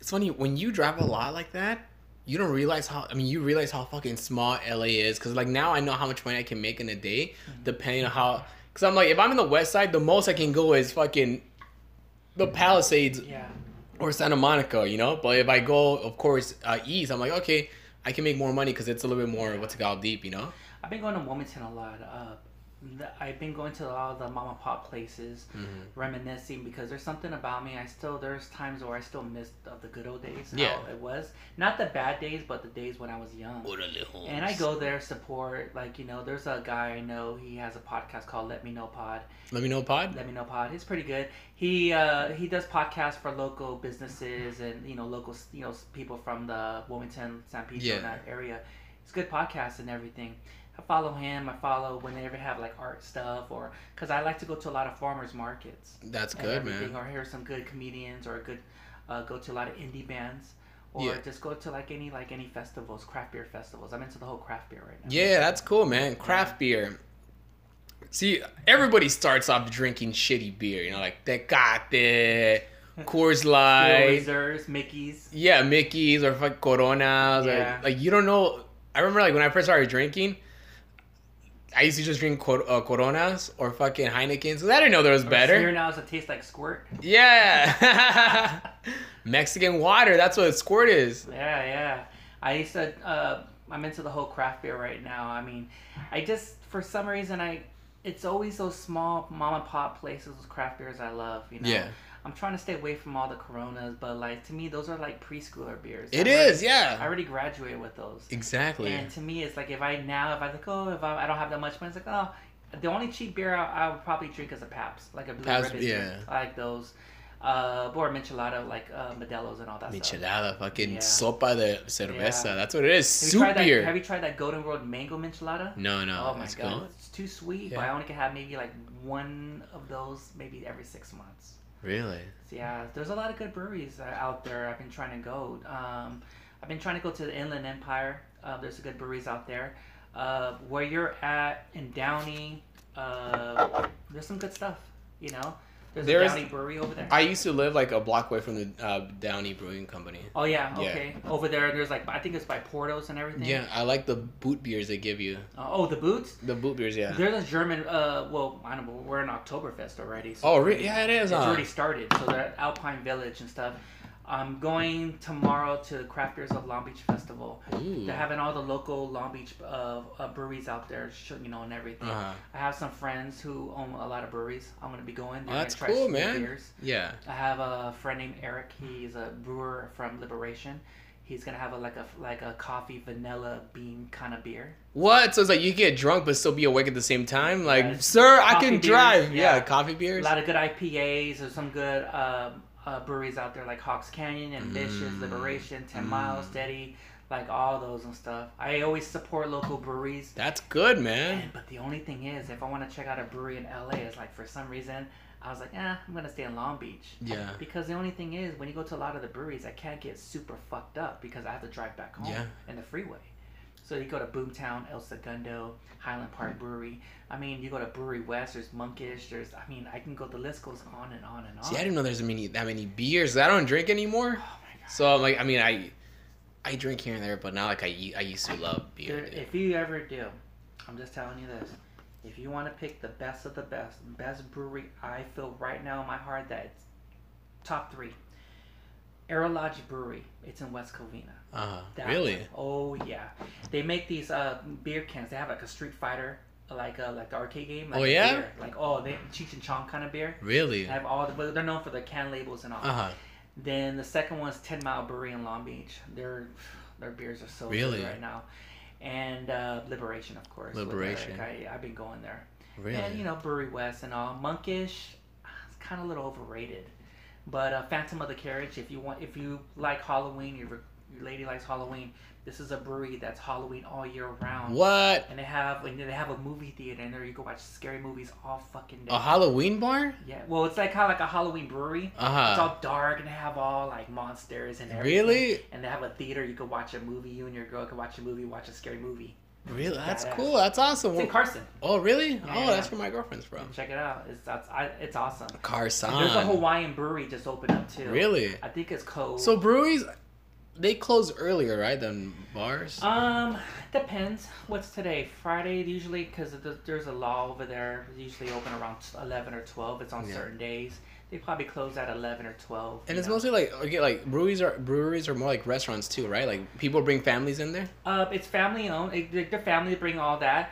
It's funny when you drive a lot like that, you don't realize how. I mean, you realize how fucking small LA is. Because like now I know how much money I can make in a day,
Mm-hmm.
depending on how. Because I'm like, if I'm in the West Side, the most I can go is fucking the Palisades
Yeah.
or Santa Monica, you know. But if I go, of course, uh, east, I'm like, okay, I can make more money because it's a little bit more what's it called deep, you know.
I've been going to Wilmington a lot. Uh, the- I've been going to all the mom and pop places, reminiscing because there's something about me. I still there's times where I still miss of the good old days.
Yeah.
how it was not the bad days, but the days when I was young. And I go there support like you know there's a guy I know he has a podcast called Let Me Know Pod.
Let me know, pod.
Let Me Know Pod. He's pretty good. He uh, he does podcasts for local businesses and you know local you know people from the Wilmington, San Pedro
Yeah.
and that area. It's good podcasts and everything. I follow him. I follow when they ever have like art stuff or because I like to go to a lot of farmers markets.
That's
and
good,
everything,
man.
Or hear some good comedians or good uh, go to a lot of indie bands. Or
Yeah.
just go to like any like any festivals, craft beer festivals. I'm into the whole craft beer right now.
Yeah, that's cool, man. Craft beer. See, everybody starts off drinking shitty beer, you know, like Tecate, Coors Light,
Blazers, Mickey's.
yeah, Mickey's or fuck Coronas.
Yeah.
Or, like you don't know. I remember like when I first started drinking, I used to just drink cor- uh, Coronas or fucking Heinekens. 'cause I didn't know there was better.
Here now is it tastes like squirt.
Yeah. Mexican water. That's what a squirt is.
Yeah, yeah. I used to. Uh, I'm into the whole craft beer right now. I mean, I just for some reason I, it's always those small mom and pop places with craft beers I love. You know.
Yeah.
I'm trying to stay away from all the Coronas, but like to me, those are like preschooler beers.
It
I already-
is, yeah.
I already graduated with those.
Exactly.
And to me, it's like if I now, if I like, oh, if I, I don't have that much money, it's like, oh, the only cheap beer I, I would probably drink is a Pabst, like a Blue
Pabst,
Ribbon.
yeah.
I like those. Uh, or Michelada, like uh, Modelo's and all that stuff.
Michelada, fucking
Yeah.
sopa de cerveza.
Yeah.
That's what it is.
Have you
Soup
tried that-
beer.
have you tried that Golden World Mango Michelada?
No, no.
oh my
that's
god,
good.
it's too sweet.
Yeah.
But I only can have maybe like one of those, maybe every six months.
Really?
So, yeah, there's a lot of good breweries uh, out there. I've been trying to go. Um, I've been trying to go to the Inland Empire. Uh, there's good breweries out there. Uh, where you're at in Downey, uh, there's some good stuff. You know, there's
There
a
is-
Downey brewery over there.
I used to live like a block away from the uh, Downey Brewing Company.
oh yeah,
Yeah.
okay. Over there, there's like I think it's by Portos and everything.
Yeah, I like the boot beers they give you.
Uh, oh, the boots.
The boot beers, yeah.
There's a German. Uh, well, I don't know. We're in Oktoberfest already. So
oh, really? Yeah, it is.
It's
huh?
already started, so they're at Alpine Village and stuff. I'm going tomorrow to the Crafters of Long Beach Festival.
Ooh.
They're having all the local Long Beach uh, uh, breweries out there, sh- you know, and everything.
Uh-huh.
I have some friends who own a lot of breweries. I'm gonna be going.
Oh,
there
that's
and try
cool,
some new
man.
Beers.
Yeah.
I have a friend named Eric. He's a brewer from Liberation. He's gonna have a, like a like a coffee vanilla bean kind of beer.
What? So it's like you get drunk but still be awake at the same time? Like,
Yes.
sir, I
Coffee
can
beers,
drive. Yeah.
yeah.
coffee
A
beers.
lot of good IPAs. There's some good um, uh, breweries out there like Hawks Canyon, Ambitious,
Mm.
Liberation, Ten
Mm.
Miles, Steady, like all those and stuff. I always support local breweries.
That's good, man.
And, but the only thing is, if I want to check out a brewery in LA, it's like for some reason I was like, eh, I'm gonna stay in Long Beach.
Yeah.
Because the only thing is, when you go to a lot of the breweries, I can't get super fucked up because I have to drive back home
Yeah.
in the freeway. So you go to Boomtown, El Segundo, Highland
Hmm.
Park Brewery. I mean, you go to Brewery West. There's Monkish. There's, I mean, I can go. The list goes on and on and on.
See, I didn't know there's many that many beers. I don't drink anymore.
Oh my God.
So I'm like, I mean, I I drink here and there, but not like I u- I used to love beer.
Dude,
dude.
if you ever do, I'm just telling you this. If you want to pick the best of the best, best brewery I feel right now in my heart that it's top three. Aerology Brewery. It's in West Covina.
Uh,
That
really?
one. Oh yeah. They make these uh beer cans. They have like a Street Fighter, like uh like the arcade game. Like
Oh,
a
yeah?
beer. Like oh they Cheech and Chong kind of beer.
Really? Uh-huh.
They
Uh
have all the but they're known for their can labels and all.
huh.
Then the second one's Ten Mile Brewery in Long Beach. Their their beers are so
Really?
good right now. And uh, Liberation, of course. with
Liberation.
Eric. I, I've been going there.
Really?
And you know Brewery West and all. Monkish, it's kind of a little overrated. But uh, Phantom of the Carriage, if you want, if you like Halloween, your, your lady likes Halloween. This is a brewery that's Halloween all year round.
what?
And they have and they have a movie theater in there. You can watch scary movies all fucking day.
A Halloween bar?
Yeah. Well, it's like kind of like a Halloween brewery.
Uh
It's
huh.
all dark and they have all like monsters and everything.
Really?
And they have a theater you could watch a movie. You and your girl could watch a movie, watch a scary movie.
Really? That's
Badass.
cool. That's awesome.
It's in Carson.
Oh, really?
Yeah.
Oh, that's where my girlfriend's from.
Check it out. It's that's I, it's awesome.
Carson.
There's a Hawaiian brewery just opened up too.
Really?
I think it's Cove.
So breweries, they close earlier, right, than bars?
um depends. What's today? Friday usually because there's a law over there. It's usually open around eleven or twelve. It's on
Yeah.
certain days. They probably close at eleven or twelve.
and
you
it's
know.
mostly like okay, like breweries are breweries are more like restaurants too, right? Like people bring families in there.
Uh, it's family owned. It, the- the family bring all that.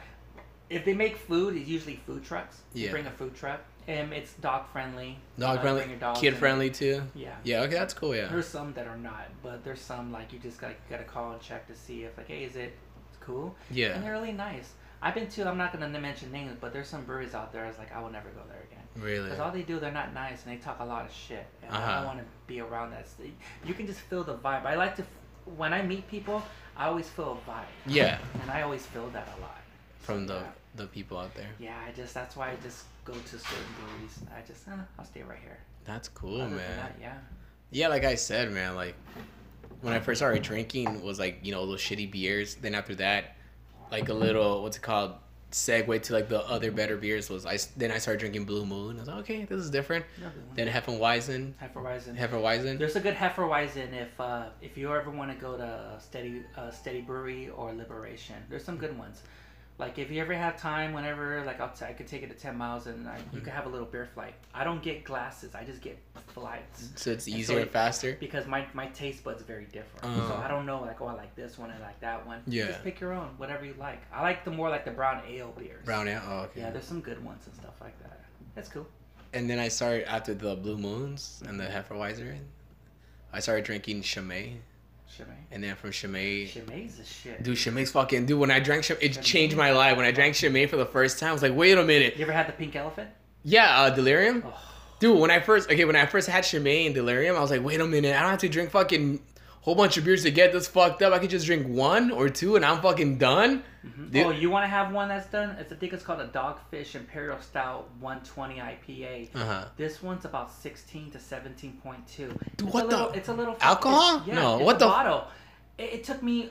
If they make food, it's usually food trucks. You
Yeah.
bring a food truck. Um, it's dog friendly.
Dog
Uh,
friendly,
bring your dogs
kid
in.
friendly too.
Yeah.
Yeah, okay, that's cool. Yeah.
There's some that are not, but there's some like you just gotta gotta call and check to see if like, hey, is it cool? And
Yeah.
they're really nice. I've been to. I'm not gonna mention names, but there's some breweries out there. I was like, I will never go there again.
Really.
Because all they do, they're not nice, and they talk a lot of shit. And I
Uh-huh.
don't want to be around that. You can just feel the vibe. I like to, when I meet people, I always feel a vibe.
Yeah.
And I always feel that a lot.
From the
Yeah.
the people out there.
Yeah, I just that's why I just go to certain breweries. I just eh, I'll stay right here.
That's cool,
Other than
Oh, man.
that, yeah.
Yeah, like I said, man, like when I first started drinking was like, you know, those shitty beers. Then after that, like a little what's it called? Segue to like the other better beers was I s- then I started drinking Blue Moon. I was like, okay, this is different. Then Heffenweizen,
Hefeweizen.
Hefeweizen.
There's a good Hefeweizen if uh, if you ever want to go to Steady uh, Steady Brewery or Liberation. There's some good ones. Like if you ever have time, whenever like I'll t- I could take it to ten miles and I, you could have a little beer flight. I don't get glasses. I just get flights
So it's
And so
easier and
it-
faster.
because my my taste buds very different. So
Uh.
I don't know like oh I like this one and I like that one.
Yeah.
Just pick your own, whatever you like. I like the more like the brown ale beers.
Brown ale. Oh, okay.
Yeah, there's some good ones and stuff like that. That's cool.
And then I started after the Blue Moons and the Hefeweizen. I started drinking Chimay,
Chimay.
and then from Chimay,
Chimay's the shit.
dude, Chimay's fucking dude. When I drank Chimay, it changed my life. When I drank Chimay for the first time, I was like, wait a minute,
You ever had the pink elephant?
yeah, uh, Delirium,
Oh.
dude. When I first okay, when I first had Chimay and Delirium, I was like, wait a minute, I don't have to drink fucking whole bunch of beers to get this fucked up. I could just drink one or two, and I'm fucking done. Dude.
Oh, you want to have one that's done? It's, I think it's called a Dogfish Imperial Stout 120 IPA.
Uh huh.
This one's about 16 to 17.2. It's
what
a
the-
little, It's a little
Alcohol?
it's- yeah,
No,
it's
what
a
the f-
bottle? It, it took me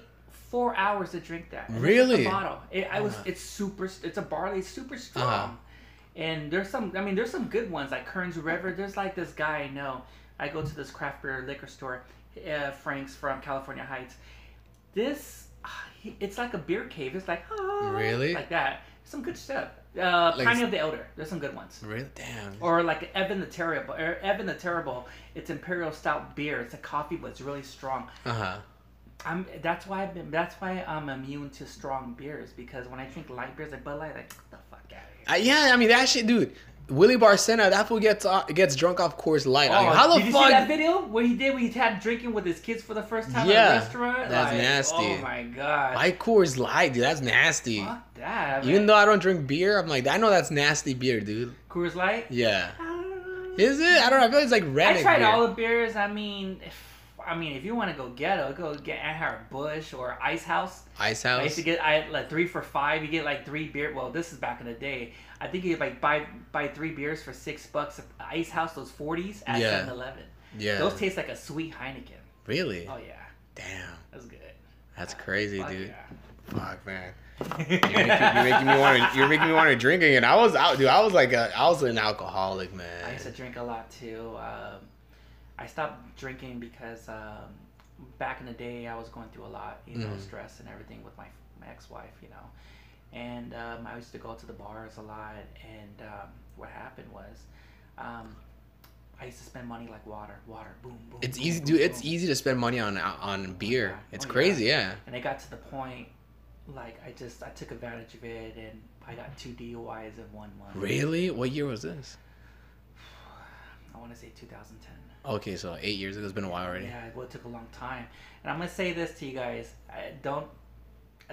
four hours to drink that. And it's
Really?
Just a bottle. It, I was.
Uh-huh.
It's super. It's a barley. It's super strong.
Uh-huh.
And there's some. I mean, there's some good ones like Kearns River. There's like this guy I know. I go to this craft beer liquor store, uh, Frank's from California Heights. This, ah, he- it's like a beer cave. It's like ah,
Really?
like that. Some good stuff. Uh,
Like
Pioneer
it's-
of the Elder. There's some good ones
Really? Damn.
or like Evan the Terrible, or Evan the Terrible. It's imperial stout beer. It's a coffee, but it's really strong.
Uh huh.
I'm that's why I've been that's why I'm immune to strong beers because when I drink light beers like Bud Light, like get the fuck out of here.
I, yeah, I mean that shit, dude. Willie Barcena, that fool gets uh, gets drunk off Coors Light. I mean, how the
Oh, did you see that
fuck?
video where he did where he had drinking with his kids for the first time
Yeah,
at a restaurant?
that's
Like,
nasty.
Oh my god.
Why Coors Light, dude? That's nasty.
Fuck that.
Even
Even
though I don't drink beer, I'm like, I know that's nasty beer, dude.
Coors Light.
Yeah.
Ah.
Is it? I don't know. I feel it's like
I
redneck
tried
beer.
all the beers. I mean, if, I mean, if you want to go ghetto, go get Anheuser Busch or Ice House.
Ice
I used
House.
to get I like three for five. You get like three beer. Well, this is back in the day. I think you like buy buy three beers for six bucks. Ice House those forties at
Yeah.
7-Eleven.
yeah.
Those taste like a sweet Heineken.
really?
Oh yeah,
Damn.
that's good.
That's crazy,
Fuck
dude. Fuck, man.
yeah.
You're making, you're making me want to. You're making me want to drink again. I was out, dude. I was like, a, I was an alcoholic,
I
man.
used to drink a lot too. Um, I stopped drinking because um, back in the day I was going through a lot, you know,
Mhm.
stress and everything with my, my ex-wife, you know. And um, I used to go to the bars a lot. And um, what happened was, um, I used to spend money like water, water, boom, boom.
It's
boom,
easy,
boom,
dude. It's
boom.
easy to spend money on on beer.
yeah.
It's
Oh, yeah.
crazy, yeah.
And it got to the point, like I just I took advantage of it, and I got two DUIs in one month.
Really? What year was this?
I want to say 2010.
Okay, so eight years ago. It's been a while already.
Yeah, well, it took a long time. And I'm gonna say this to you guys: I don't.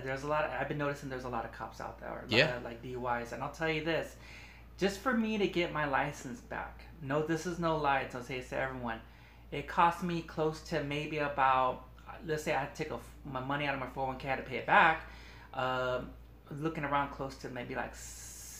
There's a lot. I've been noticing there's a lot of cops out there. a lot
Yeah.
of, like DUIs, and I'll tell you this: just for me to get my license back. No, this is no lie. So I'll say this to everyone. It cost me close to maybe about. Let's say I took a, my money out of my 401k I had to pay it back. Um, looking around close to maybe like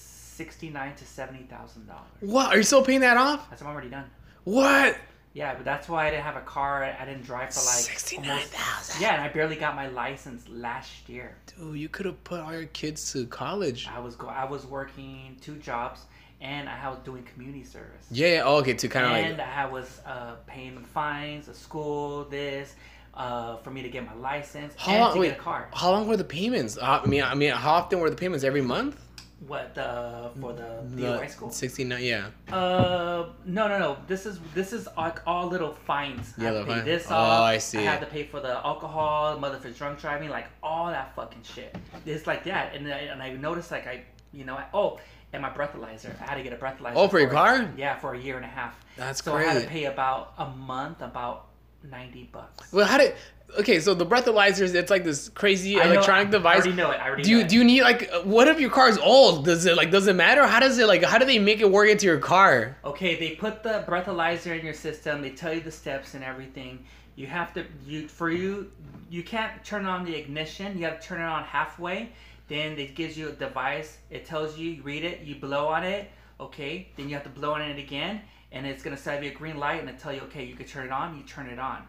sixty-nine to seventy thousand dollars.
What? Are you still paying that off?
That's what I'm already done.
What?
Yeah, but that's why I didn't have a car. I didn't drive for like
Sixty-nine
almost
thousand.
yeah, and I barely got my license last year.
Dude, you could have put all your kids to college.
I was go I was working two jobs and I was doing community service.
Yeah. yeah, oh, okay. To kind of
and
like.
I was uh, paying fines, a school, this, uh, for me to get my license
How
and
long-
to
wait.
get a car.
How long were the payments? Uh, I mean, I mean, how often were the payments? Every month?
What the for the,
The
the DUI school?
Sixty-nine. Yeah.
Uh, no, no, no. This is this is like all little fines.
Yeah,
I had
the
to pay
fine.
this
Oh,
off.
I see.
I had to pay for the alcohol, mother for drunk driving, like all that fucking shit. It's like that, and I, and I noticed like I, you know, I, oh, and my breathalyzer. I had to get a breathalyzer.
Oh, for your
it.
car?
Yeah, for a year and a half.
That's
so I had
crazy.
to pay about a month, about ninety bucks.
Well, how did? Okay, so the breathalyzers. It's like this crazy
I know-
electronic
I
device.
already know it. I already
Do you
know
do you need like uh, what if your car's old? Does it like does it matter? How does it like how do they make it work into your car?
Okay, they put the breathalyzer in your system. They tell you the steps and everything. You have to you for you you can't turn on the ignition. You have to turn it on halfway. Then it gives you a device. It tells you, you read it, you blow on it. Okay, then you have to blow on it again, and it's gonna send you a green light and it tell you, okay, you can turn it on. You turn it on.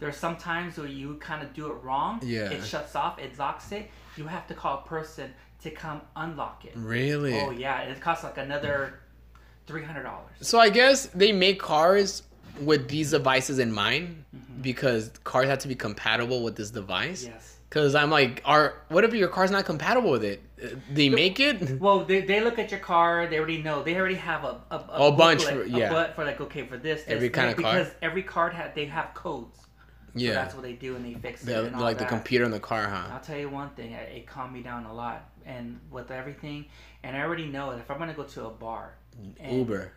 There's some times where you kind of do it wrong.
Yeah.
It shuts off. It locks it. You have to call a person to come unlock it.
Really?
Oh yeah, and it costs like another three hundred dollars.
So I guess they make cars
Mm-hmm.
with these devices in mind because cars have to be compatible with this device.
Yes.
Cause I'm like, are what if your car's not compatible with it? Uh, They make it.
Well, they, they look at your car. They already know. They already have a a,
A bunch
booklet,
for- yeah.
a butt for like okay for this, this
Every kinda
this,
card.
because every card had they have codes. So
Yeah,
that's what they do and they fix
The-
it and all
like the
that.
computer in the car, huh?
I'll tell you one thing. It, it calmed me down a lot, and with everything, and I already know that if I'm gonna go to a bar, and-
Uber.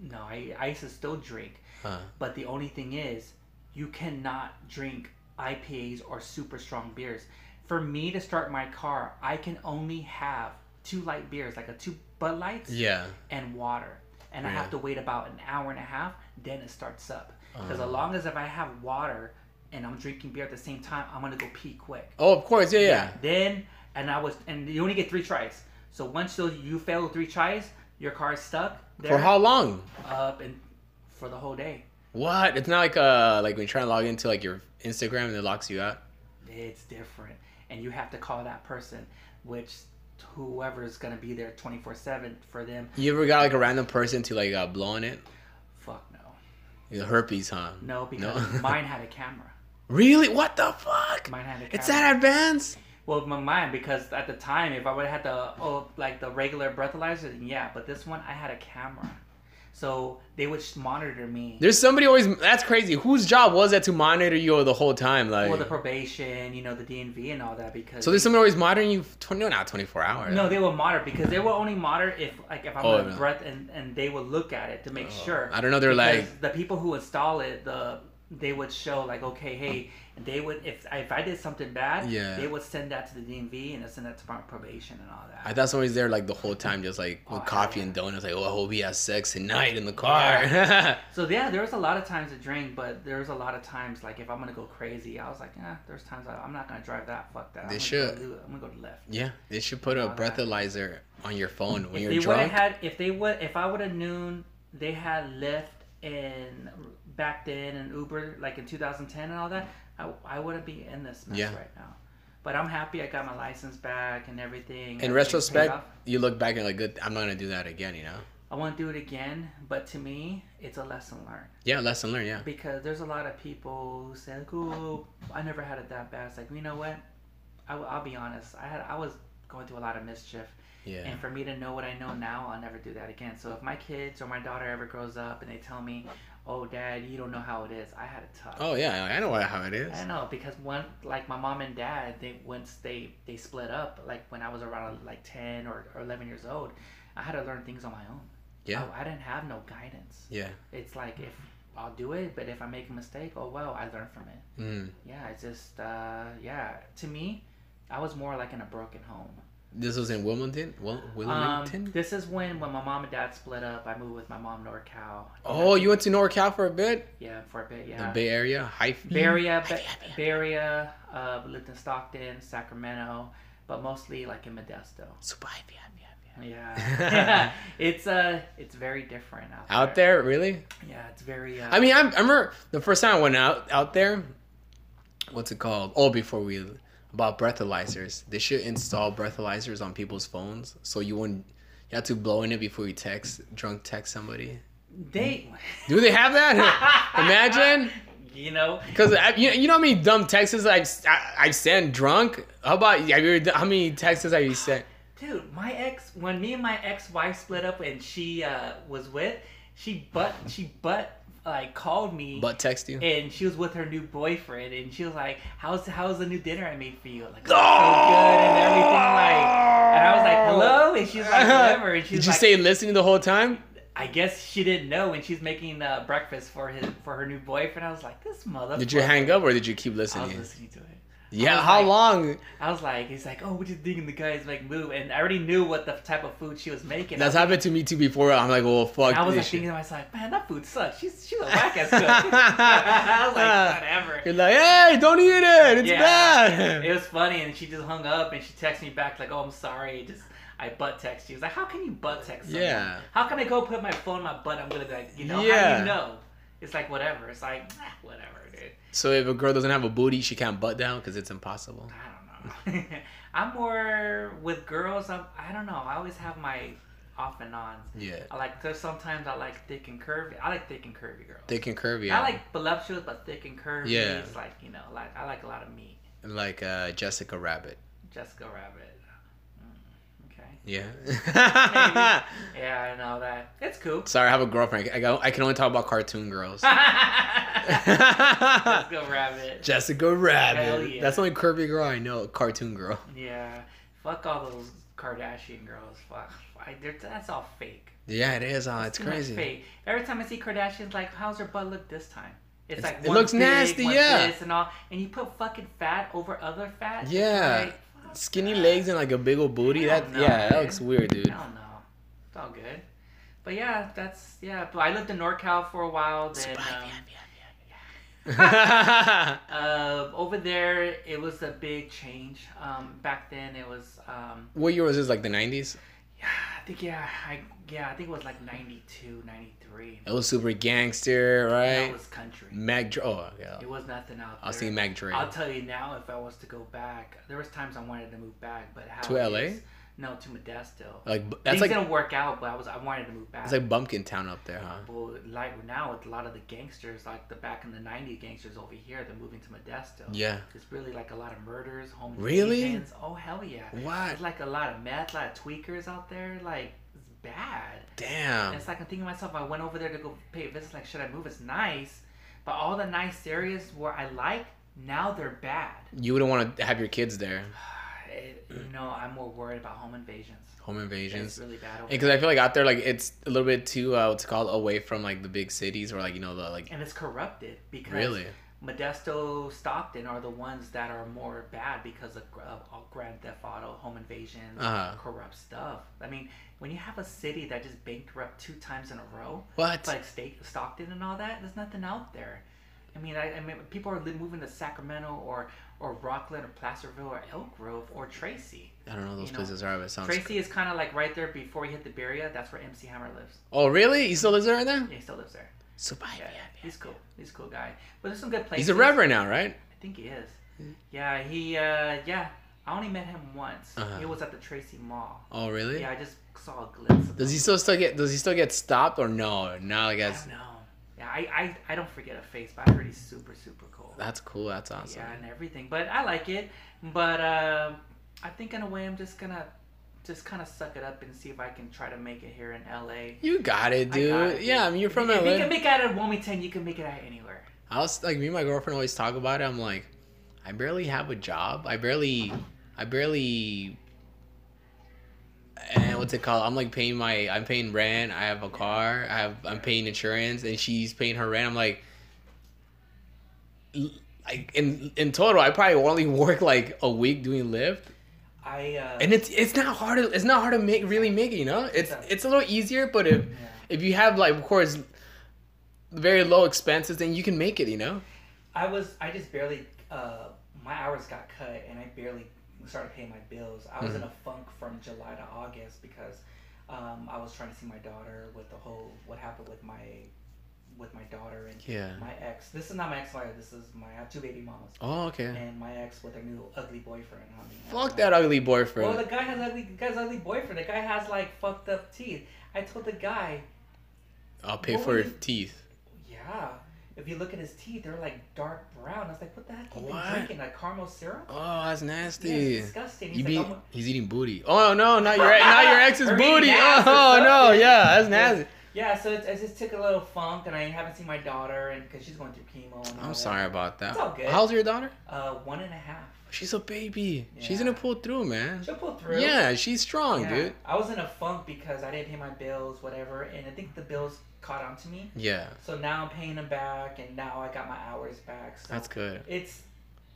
No, I I used to still drink,
Huh.
but the only thing is, you cannot drink IPAs or super strong beers. For me to start my car, I can only have two light beers, like a two Bud Lights
Yeah.
and water. And I
Yeah.
have to wait about an hour and a half, then it starts up. Because
Uh-huh.
as long as if I have water and I'm drinking beer at the same time, I'm gonna go pee quick.
Oh, of course. Yeah, yeah.
Then and I was and you only get three tries. So once those you fail three tries, your car's stuck
For how long?
up and for the whole day.
What? It's not like uh like when you try to log into like your Instagram and it locks you out.
It's different. And you have to call that person, which whoever's gonna be there twenty four seven for them,
You ever got like a random person to like uh, blow on it?
fuck no.
You know, herpes, huh?
No, because mine had a camera.
Really? What the fuck?
Mine had a camera.
It's that advanced?
Well, my mind because at the time, if I would have had the oh like the regular breathalyzer, then yeah. But this one, I had a camera, so they would just monitor me.
There's somebody always. That's crazy. Whose job was that to monitor you the whole time? Like,
Well, the probation, you know, the DNV and all that because.
so there's somebody always monitoring you. Twenty, no, not 24 hours.
no, they will monitor because they will only monitor if like if I'm
Oh, no.
out
Oh.
of breath and and they will look at it to make sure.
I don't know, they're
Because
like-
the people who install it the. They would show like okay, hey, they would if if I did something bad,
Yeah.
they would send that to the DMV and send that to my probation and all that.
I thought somebody's there like the whole time, just like with
Oh,
coffee
yeah.
and donuts. Like, oh, I hope he has sex tonight in the car.
So yeah, there was a lot of times to drink, but there was a lot of times like if I'm gonna go crazy, I was like, nah, there's times I, I'm not gonna drive that. Fuck that.
They
I'm
should.
Gonna go, to- I'm gonna go to left.
yeah, they should put a
All that.
breathalyzer on your phone when you're
if they would have
drunk.
had, if they would, if I would have known they had Lyft and back then and Uber like in 2010 and all that, I, I wouldn't be in this mess
Yeah.
right now. But I'm happy I got my license back and everything.
in
everything paid
retrospect,
off.
you look back and you're like, good. I'm not gonna do that again. You know?
I want to do it again, but to me, it's a lesson learned.
Yeah, lesson learned. Yeah.
because there's a lot of people who say like, "Oh, I never had it that bad." It's like, you know what? I, will be honest. I had I was going through a lot of mischief,
Yeah.
and for me to know what I know now, I'll never do that again. So if my kids or my daughter ever grows up and they tell me, "Oh, Dad, you don't know how it is," I had it tough.
Oh yeah, I know how it is.
I know because one like my mom and dad they once they they split up like when I was around like ten or, or eleven years old, I had to learn things on my own. Oh,
Yeah.
I, I didn't have no guidance
Yeah.
it's like if I'll do it, but if I make a mistake, oh well, I learn from it.
Mm.
Yeah, it's just uh, yeah. To me, I was more like in a broken home.
This was in Wilmington. Wil-
Um,
Wilmington.
this is when when my mom and dad split up. I moved with my mom to NorCal.
oh, you went to NorCal for a bit.
yeah, for a bit.
The
Yeah,
Bay Area, Hyphen.
Bay Area, Ba- Bay Area. Uh, lived in Stockton, Sacramento, but mostly like in Modesto.
Super hyphy, hyphy, hyphy.
Yeah, it's uh, it's very different out,
Out there, really?
Yeah, it's very. Uh,
I mean, I, I remember the first time I went out out there. What's it called? Oh, before we about breathalyzers, they should install breathalyzers on people's phones so you wouldn't. You have to blow in it before you text drunk text somebody.
they.
Do they have that? Imagine.
You know,
Cause I, you, you know how many dumb texts I've I, I've sent drunk. How about have you, ever- how many texts have you sent?
Dude, my ex, when me and my ex-wife split up and she uh, was with, she but she but like called me
Butt text you?
and she was with her new boyfriend and she was like, "How's how's the new dinner I made for you?" Like, "Oh, so good and everything like. And I was like, "Hello," and she's like, "Whatever," and she's
Did you
like,
say listening the whole time?
"I guess she didn't know." And she's making uh, breakfast for his for her new boyfriend. I was like, "This motherfucker."
Did you hang up or did you keep
I was
listening?
listening to it. I
yeah.
was
How
like-
long?
I was like, "He's like, oh, what you think?" And the guys make move, and I already knew what the type of food she was making.
That's happened to me too before. I'm like, oh fuck.
I was like
this
thinking
shit.
to myself, man, that food sucks. She's she's a whack ass cook. I was like, whatever.
You're like, hey, don't eat it. It's
Yeah.
bad.
It was funny, and she just hung up, and she texted me back like, oh, I'm sorry, just I butt text you. I was like, how can you butt text? Someone?
Yeah.
How can I go put my phone in my butt? I'm gonna be like, you know, how do
Yeah.
you know? It's like whatever. It's like ah, whatever, dude.
So if a girl doesn't have a booty, she can't butt down because it's impossible.
I don't know. I'm more with girls. I'm, I don't know. I always have my off and ons.
Yeah.
I like there's sometimes I like thick and curvy. I like thick and curvy girls.
Thick and curvy.
I like voluptuous but thick and curvy.
Yeah.
It's like you know, like I like a lot of meat.
like uh, Jessica Rabbit.
Jessica Rabbit. Mm, Okay.
Yeah.
Yeah, I know that. It's cool.
Sorry, I have a girlfriend. I go. I can only talk about cartoon girls.
Jessica Rabbit.
Jessica Rabbit.
Hell yeah.
That's the only curvy girl I know. Cartoon girl.
Yeah. Fuck all those Kardashian girls. Fuck. I, they're- that's all fake.
Yeah, it is. Uh, it's
Too much
crazy.
fake. Every time I see Kardashians, like, how's her butt look this time? It's,
It's-
like
it
one
looks
big,
nasty,
one
yeah.
this and all, and you put fucking fat over other fat. it's
Yeah.
like, fuck
Skinny
that.
legs and like a big old booty.
I
That
don't know,
yeah, that
dude.
looks weird,
I
dude.
don't know. It's all good. But yeah, that's yeah. But I lived in NorCal for a while. Then um, uh, over there, it was a big change. Um, back then, it was um,
what year was this? Like the nineties.
yeah, I think yeah, I yeah, I think it was like 92, 93.
It was super gangster,
That
right?
was country.
Mac Dre. Oh yeah.
It was nothing out there.
I'll see Mac Dre.
I'll tell you now if I was to go back. There was times I wanted to move back, but how
To
it
LA?
is- No, to Modesto.
Like bu-
Things
that's like
didn't work out, but I was I wanted to move back.
it's like Bumpkin Town up there, huh?
Well, like now with a lot of the gangsters, like the back in the '90s gangsters over here, they're moving to Modesto.
Yeah.
It's really like a lot of murders, home
Really?
invasions. Oh hell yeah!
What?
It's like a lot of meth, a lot of tweakers out there. Like it's bad. And
Damn.
it's like I'm thinking to myself, I went over there to go pay a visit. Like, should I move? It's nice, but all the nice areas where I like now they're bad.
You wouldn't want to have your kids there.
It, you know, I'm more worried about home invasions.
Home
It's
invasions.
really bad. Over
Because I feel like out there, like it's a little bit too uh, what's it called away from like the big cities or like you know the like
and it's corrupted because
Really?
Modesto, Stockton are the ones that are more bad because of gr- of all Grand Theft Auto, home invasions,
Uh-huh.
corrupt stuff. I mean, when you have a city that just bankrupt two times in a row,
what?
like state Stockton and all that, there's nothing out there. I mean, I, I mean, people are li- moving to Sacramento or or Rockland or Placerville or Elk Grove or Tracy.
I don't know what those
you know,
places are, but it sounds.
Tracy is kind of like right there before you hit the barrier. That's where MC Hammer lives.
Oh really? He still lives there right now?
Yeah, he still lives there.
Super.
Yeah, he's cool. He's a cool guy. But there's some good
He's
places.
a reverend Hmm. now, right?
I think he is. Yeah, he. uh Yeah, I only met him once.
Uh-huh.
He was at the Tracy Mall.
Oh really?
Yeah, I just saw a glimpse. Of
Does he
him.
still still get Does he still get stopped or no? No, I
I
guess
don't know. Yeah, I, I I don't forget a face, but I heard he's super super cool.
that's cool. That's awesome.
Yeah, and everything. But I like it. But um, I think in a way I'm just gonna just kind of suck it up and see if I can try to make it here in LA.
You got it,
I
dude.
got it,
yeah, I mean, you're from
if,
LA.
If you can make it out of Wilmington, you can make it out anywhere.
I was like, me and my girlfriend always talk about it. I'm like, I barely have a job. I barely, I barely, and what's it called? I'm like paying my, I'm paying rent. I have a car. I have, I'm paying insurance, and she's paying her rent. I'm like, l- like in in total, I probably only work like a week doing Lyft,
I uh,
and it's it's not hard. To, it's not hard to make really make it. You know, it's
Yeah.
it's a little easier, but if
yeah.
if you have like of course very low expenses, then you can make it. You know.
I was I just barely uh, my hours got cut and I barely started paying my bills. I was
Mm-hmm.
in a funk from July to August because um, I was trying to see my daughter with the whole what happened with my with my daughter and
Yeah.
my ex. This is not my ex wife. This is my I have two baby mamas
Oh, okay.
and my ex with her new ugly boyfriend. I mean,
Fuck that ugly boyfriend.
Well, the guy has ugly. The guy's ugly boyfriend. The guy has like fucked up teeth. I told the guy,
I'll pay
what
for
were
his
you-
teeth.
yeah. If you look at his teeth, they're like dark brown. I was like, what the heck? Are you
What?
drinking like caramel syrup?
Oh, that's
Yeah, it's
nasty.
disgusting.
you
He's
be,
like, oh,
he's eating booty. Oh no, not your not your ex's
Or eating
booty.
ass or
Oh no,
something.
yeah, that's nasty.
yeah, so it's, I just took a little funk, and I haven't seen my daughter, and because she's going through chemo. And all
I'm
that.
sorry about that.
It's all good.
How's your daughter?
Uh, one and a half.
She's a baby. She's gonna
Yeah.
pull through, man.
She'll pull through.
Yeah, she's strong,
Yeah.
dude.
I was in a funk because I didn't pay my bills, whatever, and I think the bills caught on to me.
Yeah,
So now I'm paying them back, and now I got my hours back. So
that's good.
it's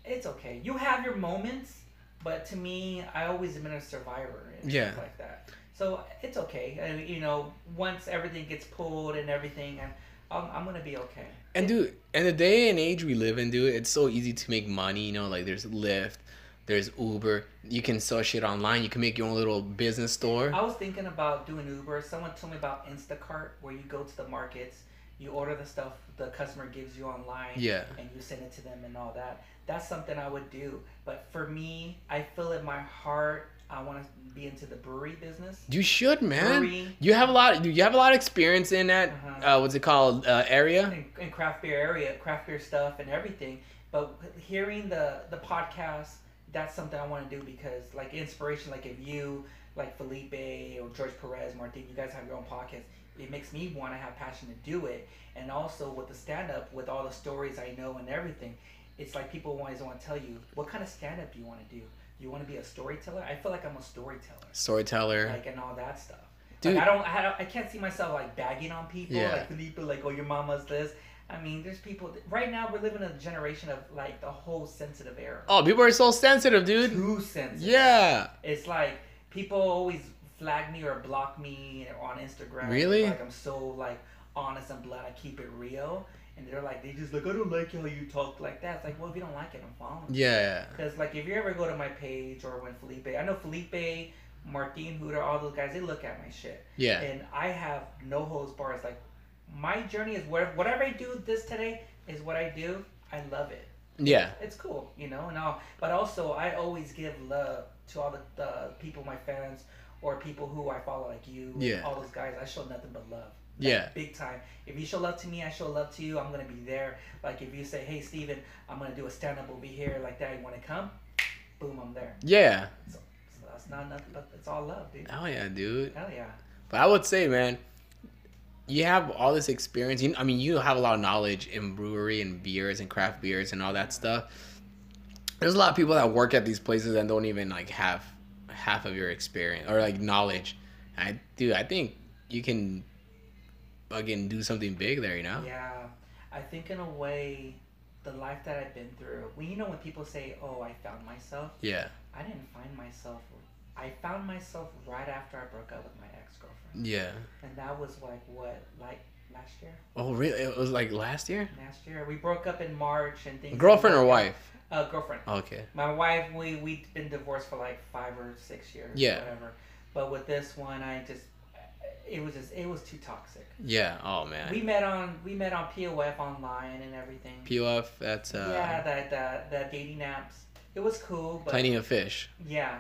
it's okay. You have your moments, but to me, I always have been a survivor and
Yeah.
stuff like that. So it's okay. And you know, once everything gets pulled and everything, and I'm, I'm gonna be okay.
And dude, and the day and age we live in, dude, it's so easy to make money. You know, like there's Lyft, there's Uber. You can sell shit online. You can make your own little business store.
I was thinking about doing Uber. Someone told me about Instacart, where you go to the markets, you order the stuff the customer gives you online,
Yeah.
and you send it to them and all that. That's something I would do. But for me, I feel in my heart I want to be into the brewery business.
You should, man.
Brewery.
You have a lot. You have a lot of experience in that. uh
Uh-huh.
what's it called? Uh, area.
in, in craft beer area, craft beer stuff and everything. But hearing the the podcast, that's something I want to do because like inspiration, like if you like Felipe or George Perez, Martin, you guys have your own podcast. It makes me want to have passion to do it, and also with the stand up, with all the stories I know and everything, it's like people always want to tell you what kind of stand up do you want to do. Do you want to be a storyteller? I feel like I'm a storyteller,
Storyteller.
like and all that stuff.
Dude.
Like, I don't, I don't, I can't see myself like bagging on people,
Yeah.
like Felipe, like oh your mama's this. I mean, there's people right now. We're living in a generation of like the whole sensitive era.
oh, people are so sensitive, dude.
Too sensitive.
Yeah.
It's like people always flag me or block me on Instagram.
Really?
Like I'm so like honest and blunt. I keep it real, and they're like they just like I don't like how you talk like that. It's like well if you don't like it, I'm following.
Yeah.
Because like if you ever go to my page or when Felipe, I know Felipe, Martin Hooter, all those guys, they look at my shit,
Yeah.
and I have no holds bars. Like my journey is whatever whatever I do this today is what I do. I love it
Yeah.
it's cool, you know, and all. But also, I always give love to all the, the people, my fans, or people who I follow, like you, and
Yeah.
all those guys. I show nothing but love. Like,
Yeah.
Big time. If you show love to me, I show love to you. I'm gonna be there. Like if you say, "Hey, Steven, I'm gonna do a stand up over here," like that. You wanna come? Boom, I'm there.
Yeah.
So that's not nothing, but it's all love, dude.
Oh yeah, dude.
Hell yeah.
But I would say, man, you have all this experience. You, I mean, you have a lot of knowledge in brewery and beers and craft beers and all that stuff. There's a lot of people that work at these places and don't even like have half of your experience or like knowledge. I dude, I think you can fucking do something big there. You know?
Yeah, I think in a way, the life that I've been through. When you know when people say, "Oh, I found myself."
Yeah.
I didn't find myself. I found myself right after I broke up with my ex girlfriend,
Yeah.
and that was like what, like last year?
Oh really? It was like last year.
Last year we broke up in March and things.
Girlfriend or wife? Oh,
Uh, girlfriend.
Okay.
My wife. We we've been divorced for like five or six years.
Yeah.
Whatever. But with this one, I just, it was just, it was too toxic.
Yeah. Oh man.
We met on, we met on POF online and everything.
POF. That's uh,
yeah, that that that dating apps. It was cool, but
plenty of fish.
yeah,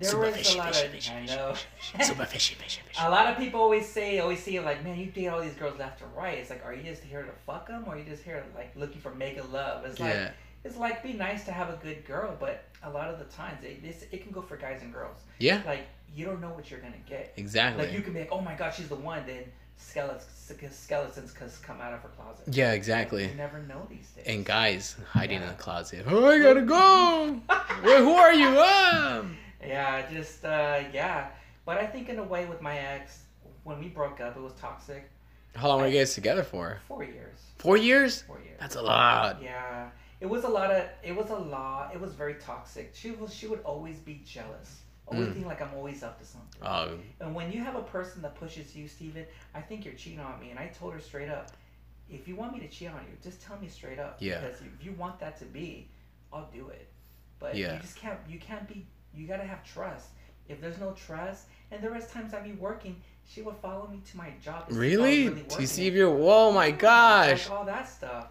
there
Super
was
fishy,
a lot
fishy,
of
fishy,
I
fishy,
know.
Super fishy, fishy, fishy.
A lot of people always say, always see, like, man, you date all these girls left or right. It's like, are you just here to fuck them, or are you just here like looking for making love? It's like,
Yeah.
it's like be nice to have a good girl, but a lot of the times it this it can go for guys and girls.
Yeah.
Like you don't know what you're gonna get.
Exactly.
Like you can be like, oh my god, she's the one. Then skeletons skeletons cause come out of her closet.
Yeah, exactly.
You never know these days.
And guys hiding in
Yeah.
the closet. Oh, I gotta go. Wait, who are you? Um.
Yeah, just uh, yeah. But I think in a way with my ex, when we broke up, it was toxic.
How long were you guys together for?
Four years.
Four years?
Four years.
That's a lot.
Yeah, it was a lot of. It was a lot. It was very toxic. She was. She would always be jealous. Always
Mm.
think like I'm always up to something.
Oh,
And when you have a person that pushes you, Steven, I think you're cheating on me. And I told her straight up, if you want me to cheat on you, just tell me straight up.
Yeah.
Because if you want that to be, I'll do it. But
Yeah.
you just can't. You can't be. You gotta have trust. If there's no trust, and there was times I'd be working, she would follow me to my job. to see if I was
really? To
working
see
it.
if you're. Oh my
Yeah,
gosh.
Like all that stuff.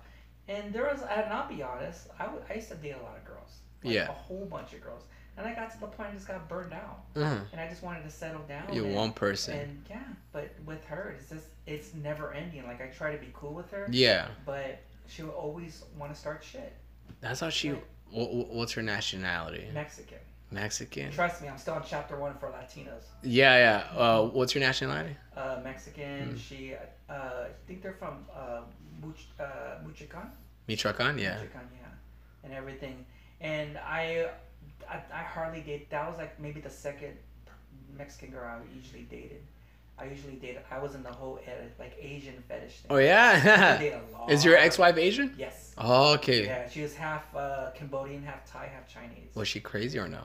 And there was, and I'll be honest, I, would, I used to date a lot of girls. Like
Yeah.
A whole bunch of girls. And I got to the point I just got burned out.
Mhm.
And I just wanted to settle down.
You're
and,
one person.
And yeah, but with her, it's just, it's never ending. Like I try to be cool with her,
Yeah.
but she would always want to start shit.
That's how she. wh- wh- What's her nationality?
Mexican.
Mexican.
Trust me, I'm still on chapter one for Latinos.
Yeah, yeah. Uh, what's her nationality?
Uh,
Mm.
Mexican, she, uh, I think they're from uh, Much, uh, Michoacan.
Michoacan. Yeah.
Michoacan, yeah, and everything. And I, I, I hardly date. That was like maybe the second Mexican girl I usually dated. I usually dated. I was in the whole edit, like Asian fetish thing.
Oh
I
yeah.
date a lot.
Is your ex-wife Asian?
Yes.
Oh, okay.
Yeah, she was half uh, Cambodian, half Thai, half Chinese.
Was she crazy or no?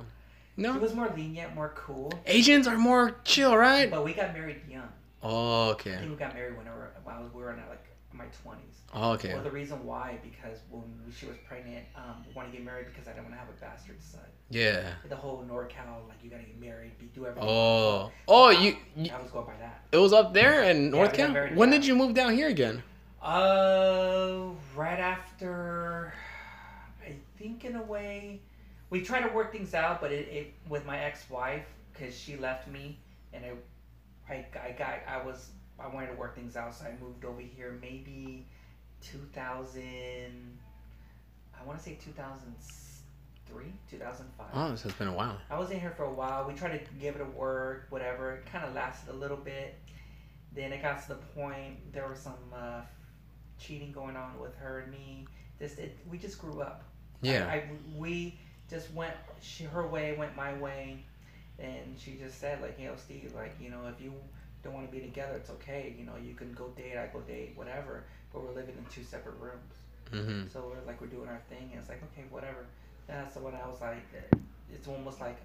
She
No.
was more lenient, more cool.
Asians are more chill, right?
But we got married young.
Oh,
I
okay.
think we got married when we were, when I was- we were in uh, like my twenties.
Oh, okay.
Well, the reason why because when she was pregnant, um, we wanted to get married because I didn't want to have a bastard son.
Yeah.
the whole NorCal, like you gotta get married, be, do everything.
Oh. Oh, you, you.
I was going by that.
It was up there in
Yeah,
North
we got
Cal.
married
When
down.
did you move down here again?
Uh, right after, I think in a way, we tried to work things out, but it, it with my ex-wife because she left me, and I, I, I got, I was, I wanted to work things out, so I moved over here maybe, 2000. I want to say 2003, 2005.
Oh, so it's been a while.
I was in here for a while. We tried to give it a work, whatever. It kind of lasted a little bit. Then it got to the point there was some uh, cheating going on with her and me. Just it, we just grew up.
Yeah.
I, I- we just went she, her way, went my way, and she just said like, "Hey, Steve, like you know, if you don't want to be together, it's okay. You know, you can go date, I go date, whatever. But we're living in two separate rooms,
hmm
so we're like we're doing our thing. And it's like okay, whatever. That's when I was like, eh, it's almost like,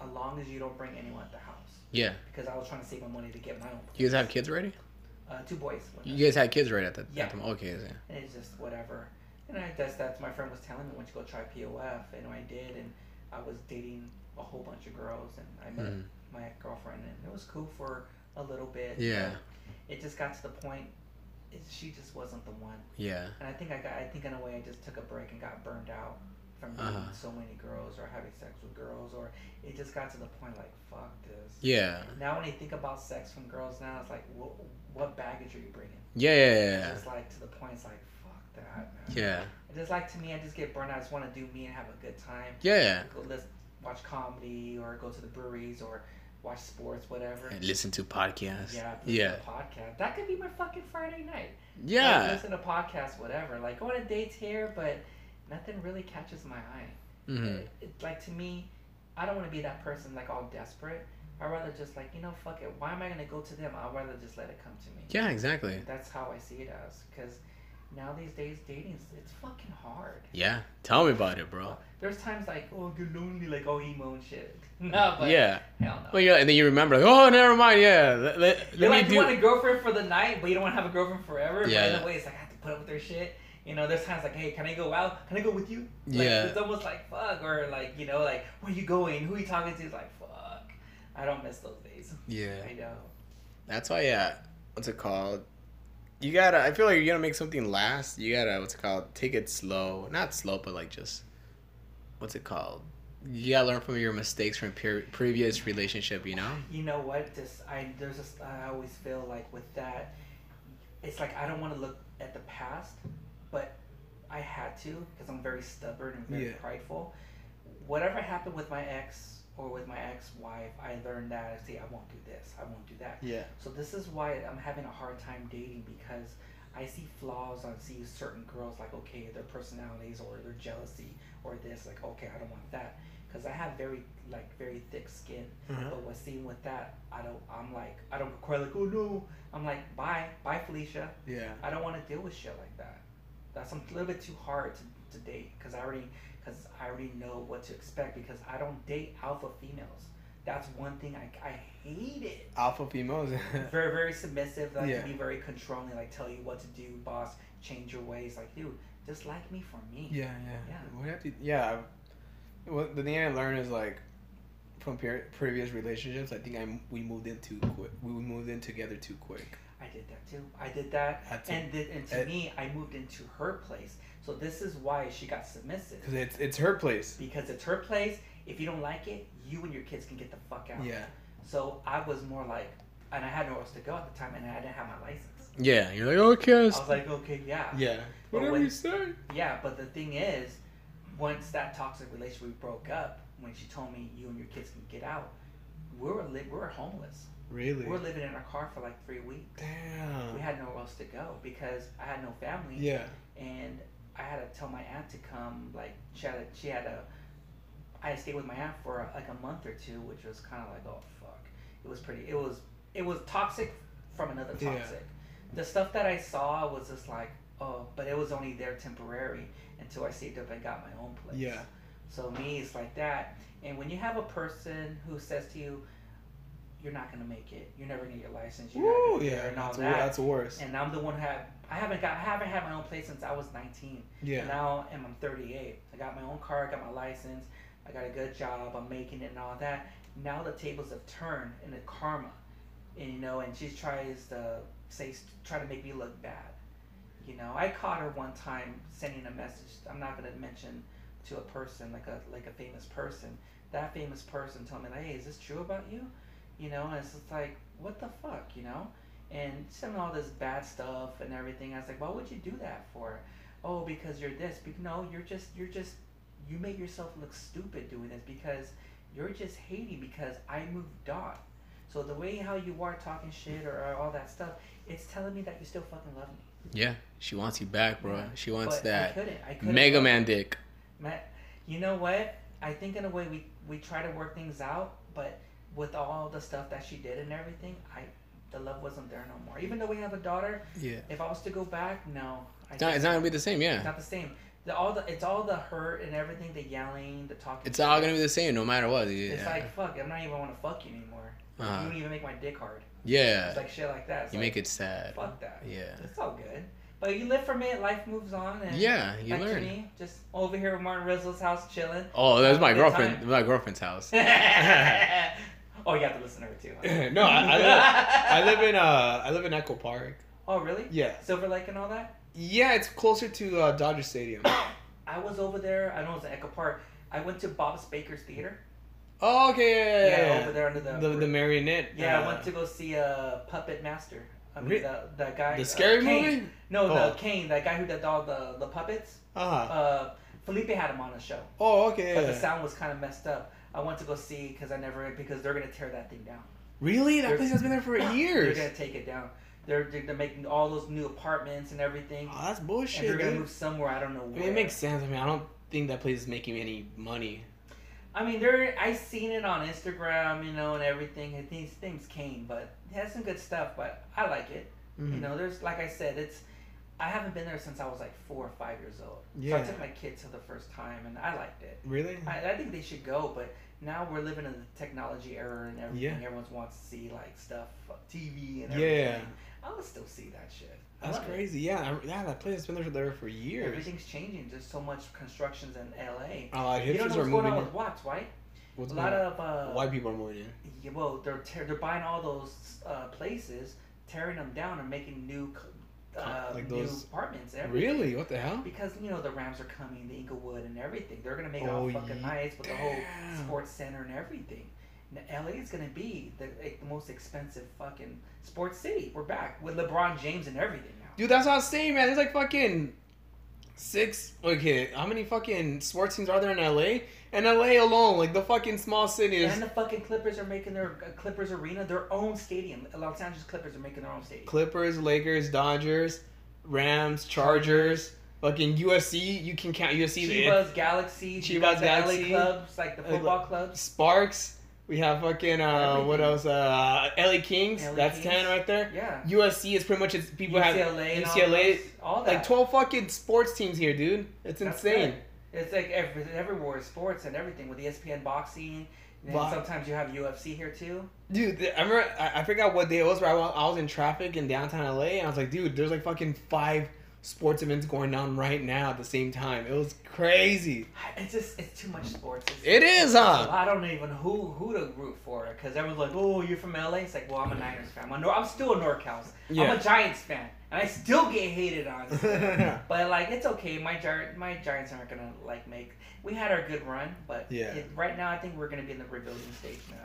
as long as you don't bring anyone at the house,
Yeah.
because I was trying to save my money to get my own.
You guys have kids already?
uh, two boys. with us.
You guys had kids right at the
Yeah.
At the, okay. Yeah.
And it's just whatever. And I that's that's my friend was telling me when to go try POF, and I did, and I was dating a whole bunch of girls, and I met
Mhm.
my girlfriend, and it was cool for a little bit.
Yeah.
but It just got to the point. It, she just wasn't the one,
Yeah.
and I think I got. I think in a way I just took a break and got burned out from dating
Uh-huh.
so many girls or having sex with girls, or it just got to the point like fuck this.
Yeah.
Now when you think about sex from girls now, it's like what what baggage are you bringing?
Yeah.
It's
Yeah.
just like to the point, it's like fuck that, man.
Yeah. Yeah.
And Just like to me, I just get burned. I just want to do me and have a good time.
yeah.
Go, let's watch comedy or go to the breweries or watch sports, whatever.
And listen to podcasts.
yeah, listen
Yeah.
To a podcast. That could be my fucking Friday night. Like,
Yeah.
listen to podcasts, whatever. Like going to dates here, but nothing really catches my eye.
hmm
It- like to me, I don't want to be that person like all desperate. I'd rather just like you know, fuck it. Why am I gonna go to them? I'd rather just let it come to me.
Yeah. Exactly.
That's how I see it as because now these days dating it's fucking hard.
Yeah. Tell me about it, bro.
There's times like, oh, you're lonely, like, oh, emo and shit. No, but
yeah.
hell no.
Well, yeah, and then you remember, like, oh, never mind. Yeah. Let, let, let
You're
me
like,
do.
you want a girlfriend for the night, but you don't want to have a girlfriend forever.
Yeah,
But in
yeah.
a way, it's like, I have to put up with their shit. You know, there's times like, hey, can I go out? Can I go with you? Like,
Yeah.
It's almost like, fuck, or like, you know, like, where you going? Who you talking to? It's like, fuck. I don't miss those days.
Yeah.
I know.
That's why, yeah. What's it called? You gotta. I feel like you gotta make something last. You gotta. What's it called? Take it slow. Not slow, but like just. What's it called? You gotta learn from your mistakes from pre- previous relationship. You know.
You know what? Just I there's just I always feel like with that, it's like I don't want to look at the past, but I had to because I'm very stubborn and very
Yeah.
prideful. Whatever happened with my ex or with my ex-wife, I learned that I say I won't do this, I won't do that.
Yeah.
So this is why I'm having a hard time dating because I see flaws on see certain girls like okay their personalities or their jealousy or this like okay I don't want that because I have very like very thick skin.
Uh-huh.
But what's seen with that, I don't. I'm like, I don't require like, oh no. I'm like, bye, bye, Felicia.
Yeah.
I don't want to deal with shit like that. That's a little bit too hard to, to date because I already because I already know what to expect because I don't date alpha females. That's one thing I, I hate it.
Alpha females.
Very very submissive. Like
Yeah.
be very controlling. Like tell you what to do, boss. Change your ways. Like dude, just like me for me.
Yeah, yeah.
Yeah.
What have to, yeah. I- What, the thing I learned is like from per- previous relationships, I think I m- we moved in too quick. We moved in together too quick.
I did that too. I did that.
Had to
And, th- and to
Uh,
me, I moved into her place. So this is why she got submissive.
because it's it's her place.
because it's her place. If you don't like it, you and your kids can get the fuck out.
Yeah.
So I was more like, and I had nowhere else to go at the time, and I didn't have my license.
Yeah. You're like okay.
I was like, okay,
"Ah."
yeah, yeah.
yeah.
But when-
say.
But the thing is, once that toxic relationship we broke up, when she told me you and your kids can get out, we were li- we were homeless.
Really.
We were living in our car for like three weeks.
Uh-huh.
We
Damn.
had nowhere else to go because I had no family.
Yeah.
and I had to tell my aunt to come. Like she had, she had a. I had stayed with my aunt for like a month or two, which was kind of like, oh fuck. It was pretty. It was it was toxic from another toxic.
Yeah.
The stuff that I saw was just like, oh, but it was only there temporary until I saved up and got my own place.
Yeah.
So me, it's like that. And when you have a person who says to you, you're not gonna make it. You're never gonna get your license. You're not
Woo,
gonna get
yeah.
and all
That's, wor-
that
that's worse.
and I'm the one who have I haven't got I haven't had my own place since I was 19.
Yeah.
Now and I'm 38. I got my own car. I got my license. I got a good job. I'm making it and all that. Now the tables have turned into karma, and you know, and she tries to say try to make me look bad. You know, I caught her one time sending a message. I'm not gonna mention to a person like a like a famous person. That famous person told me like, hey, is this true about you? You know, and it's just like, what the fuck, you know? And sending all this bad stuff and everything. I was like, why would you do that for? oh, because you're this. Be- no, you're just you're just you make yourself look stupid doing this because you're just hating because I moved on. So the way how you are talking shit or, or all that stuff, it's telling me that you still fucking love me.
Yeah, she wants you back, bro.
Yeah.
She wants
But I
that
couldn't. I couldn't.
Mega Man dick.
Ma- You know what? I think in a way we we try to work things out, but with all the stuff that she did and everything, I the love wasn't there no more. Even though we have a daughter,
Yeah,
if I was to go back, no. I
it's not, it's not gonna be the same.
It's
Yeah,
not the same. The, all the it's all the hurt and everything, the yelling, the talking.
it's all gonna be the same no matter what. Yeah,
It's like fuck. I'm not even want to fuck you anymore.
Uh-huh.
You don't even make my dick hard. It's
yeah.
like shit like that. It's
You
like,
make it sad.
fuck that.
Yeah,
It's all good. But you live from it. Life moves on. And
yeah. You
like to
learn.
me, just over here with Martin Rizzo's house, chilling.
Oh, that's my
Good
girlfriend.
time.
My girlfriend house.
oh, you have to listen to her too. huh?
no, I, I, live, I live in uh, I live in Echo Park.
oh, really?
Yeah,
Silver Lake and all that.
yeah, it's closer to uh, Dodger Stadium.
I was over there. I know it was at Echo Park. I went to Bob's Baker's Theater.
Oh, okay, yeah, yeah, yeah,
over there under the
the the marionette.
Yeah, I
uh,
went to go see uh, Puppet Master. I mean,
Re-
the, the guy.
the
uh,
scary
Kane.
movie.
No,
Oh.
the Kane, that guy who did all the, the puppets.
Uh huh.
Uh, Felipe had him on the show,
Oh,
but
okay.
the
yeah.
sound was kind of messed up. I went to go see because I never because they're gonna tear that thing down.
Really? That
They're-
place has been there for years.
They're gonna take it down. They're they're, they're making all those new apartments and everything,
Oh, that's
and they're
bullshit.
gonna
dude.
move somewhere. I don't know
I
where.
mean, it makes sense. I mean, I don't think that place is making any money.
I mean, there. I seen it on Instagram, you know, and everything. And these things came, but it has some good stuff. But I like it.
Mm.
You know, there's like I said, it's. I haven't been there since I was like four or five years old. So
Yeah. Mm.
I took my kids to the first time, and I liked it.
Really?
I, I think they should go, but now we're living in the technology era and everything.
Yeah.
Everyone wants to see like stuff, like, TV and
Yeah.
everything. I would still see that shit. I
That's
love it.
crazy. Yeah, I, yeah, that place has been there for, there for years.
Everything's changing. There's so much constructions in LA.
A lot of
you don't
hipsters
know
are
what's going
moving
on
in.
with Watts, right?
What's
a
going
lot
on?
of uh,
White people are moving in.
yeah, well, they're tear they're buying all those uh, places, tearing them down, and making new co- uh,
Like
new
those-
apartments. Everything.
Really? What the hell?
Because you know the Rams are coming, the Inglewood and everything. They're gonna make it
Oh,
all fucking
ye-
nice with the whole
damn.
sports center and everything. Now, LA is gonna be the, like, the most expensive fucking sports city. We're back with LeBron James and everything now.
Dude, that's what I was saying, man. There's like fucking six. Okay, how many fucking sports teams are there in LA? And LA alone, like the fucking small city is.
And the fucking Clippers are making their uh, Clippers Arena their own stadium. Los Angeles Clippers are making their own stadium.
Clippers, Lakers, Dodgers, Rams, Chargers, fucking USC. You can count USC.
Chivas Galaxy, you
Chivas
got the
Galaxy.
LA clubs, like the
Uh,
football clubs.
Sparks. We have fucking uh, what
Everything.
else? Uh, LA Kings.
LA
that's
Kings.
ten right there.
Yeah.
USC is pretty much it's people have
UCLA, and
UCLA,
all, those, all that.
like twelve fucking sports teams here, dude. It's
That's
insane.
good. It's like every, everywhere is sports and everything with E ESPN boxing. And
Bo-
sometimes you have UFC here too.
Dude, th- I remember I, I forgot what day it was, but I wa- I was in traffic in downtown LA, and I was like, dude, there's like fucking five sports events going on right now at the same time. It was crazy.
It's just it's too much sports. It's,
It is, huh?
I don't even know who who to root for because everyone's like, oh, you're from LA. It's like, well, I'm a Niners fan. I'm, a Nor- I'm still a NorCal's.
Yeah.
I'm a Giants fan, and I still get hated on. but like, it's okay. My Gi- my Giants aren't gonna like make. We had our good run, but
Yeah.
it, right now I think we're gonna be in the rebuilding stage now.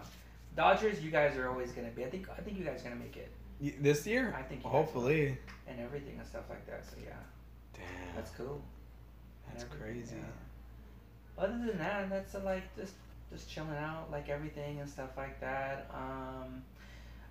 Dodgers, you guys are always gonna be. I think I think you guys are gonna make it
Y- this year?
I think you
Hopefully.
and everything and stuff like that. So yeah.
Damn.
That's cool.
That's
And everything,
crazy.
yeah. Other than that, that's uh, like just just chilling out, like everything and stuff like that. Um,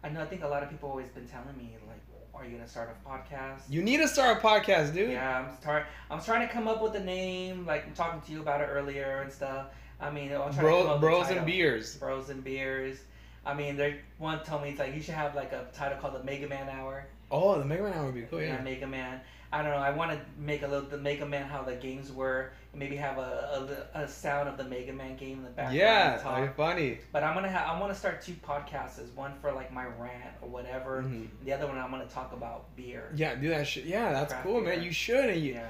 I know. I think a lot of people always been telling me like, "Are you gonna start a podcast?"
You need to start a podcast, dude.
yeah, I'm start. I'm trying to come up with a name. Like I'm talking to you about it earlier and stuff. I mean, I'll try to come up
Bro,
with
bros
a
and
title.
beers.
Bros and beers. I mean, they one told me it's like you should have like a title called the Mega Man Hour.
Oh, the Mega Man Hour would be cool,
Yeah,
yeah.
Mega Man. I don't know. I want to make a little the Mega Man how the games were, and maybe have a, a, a sound of the Mega Man game in the
Yeah,
background. and talk.
that'd be funny.
But I'm gonna ha- I want to start two podcasts. Is one for like my rant or whatever.
Mhm.
The other one I'm gonna talk about beer.
Yeah, do that shit. Yeah, that's
Craft
cool, man.
beer.
You should. And you,
Yeah.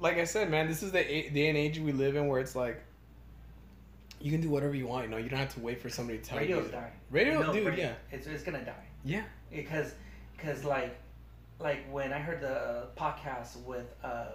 like I said, man, this is the a- day and age we live in where it's like you can do whatever you want. You know, you don't have to wait for somebody to tell
Radio's
you.
dying.
Radio,
No,
dude,
radio-
yeah,
It's it's gonna die.
yeah.
because because like like when I heard the podcast with uh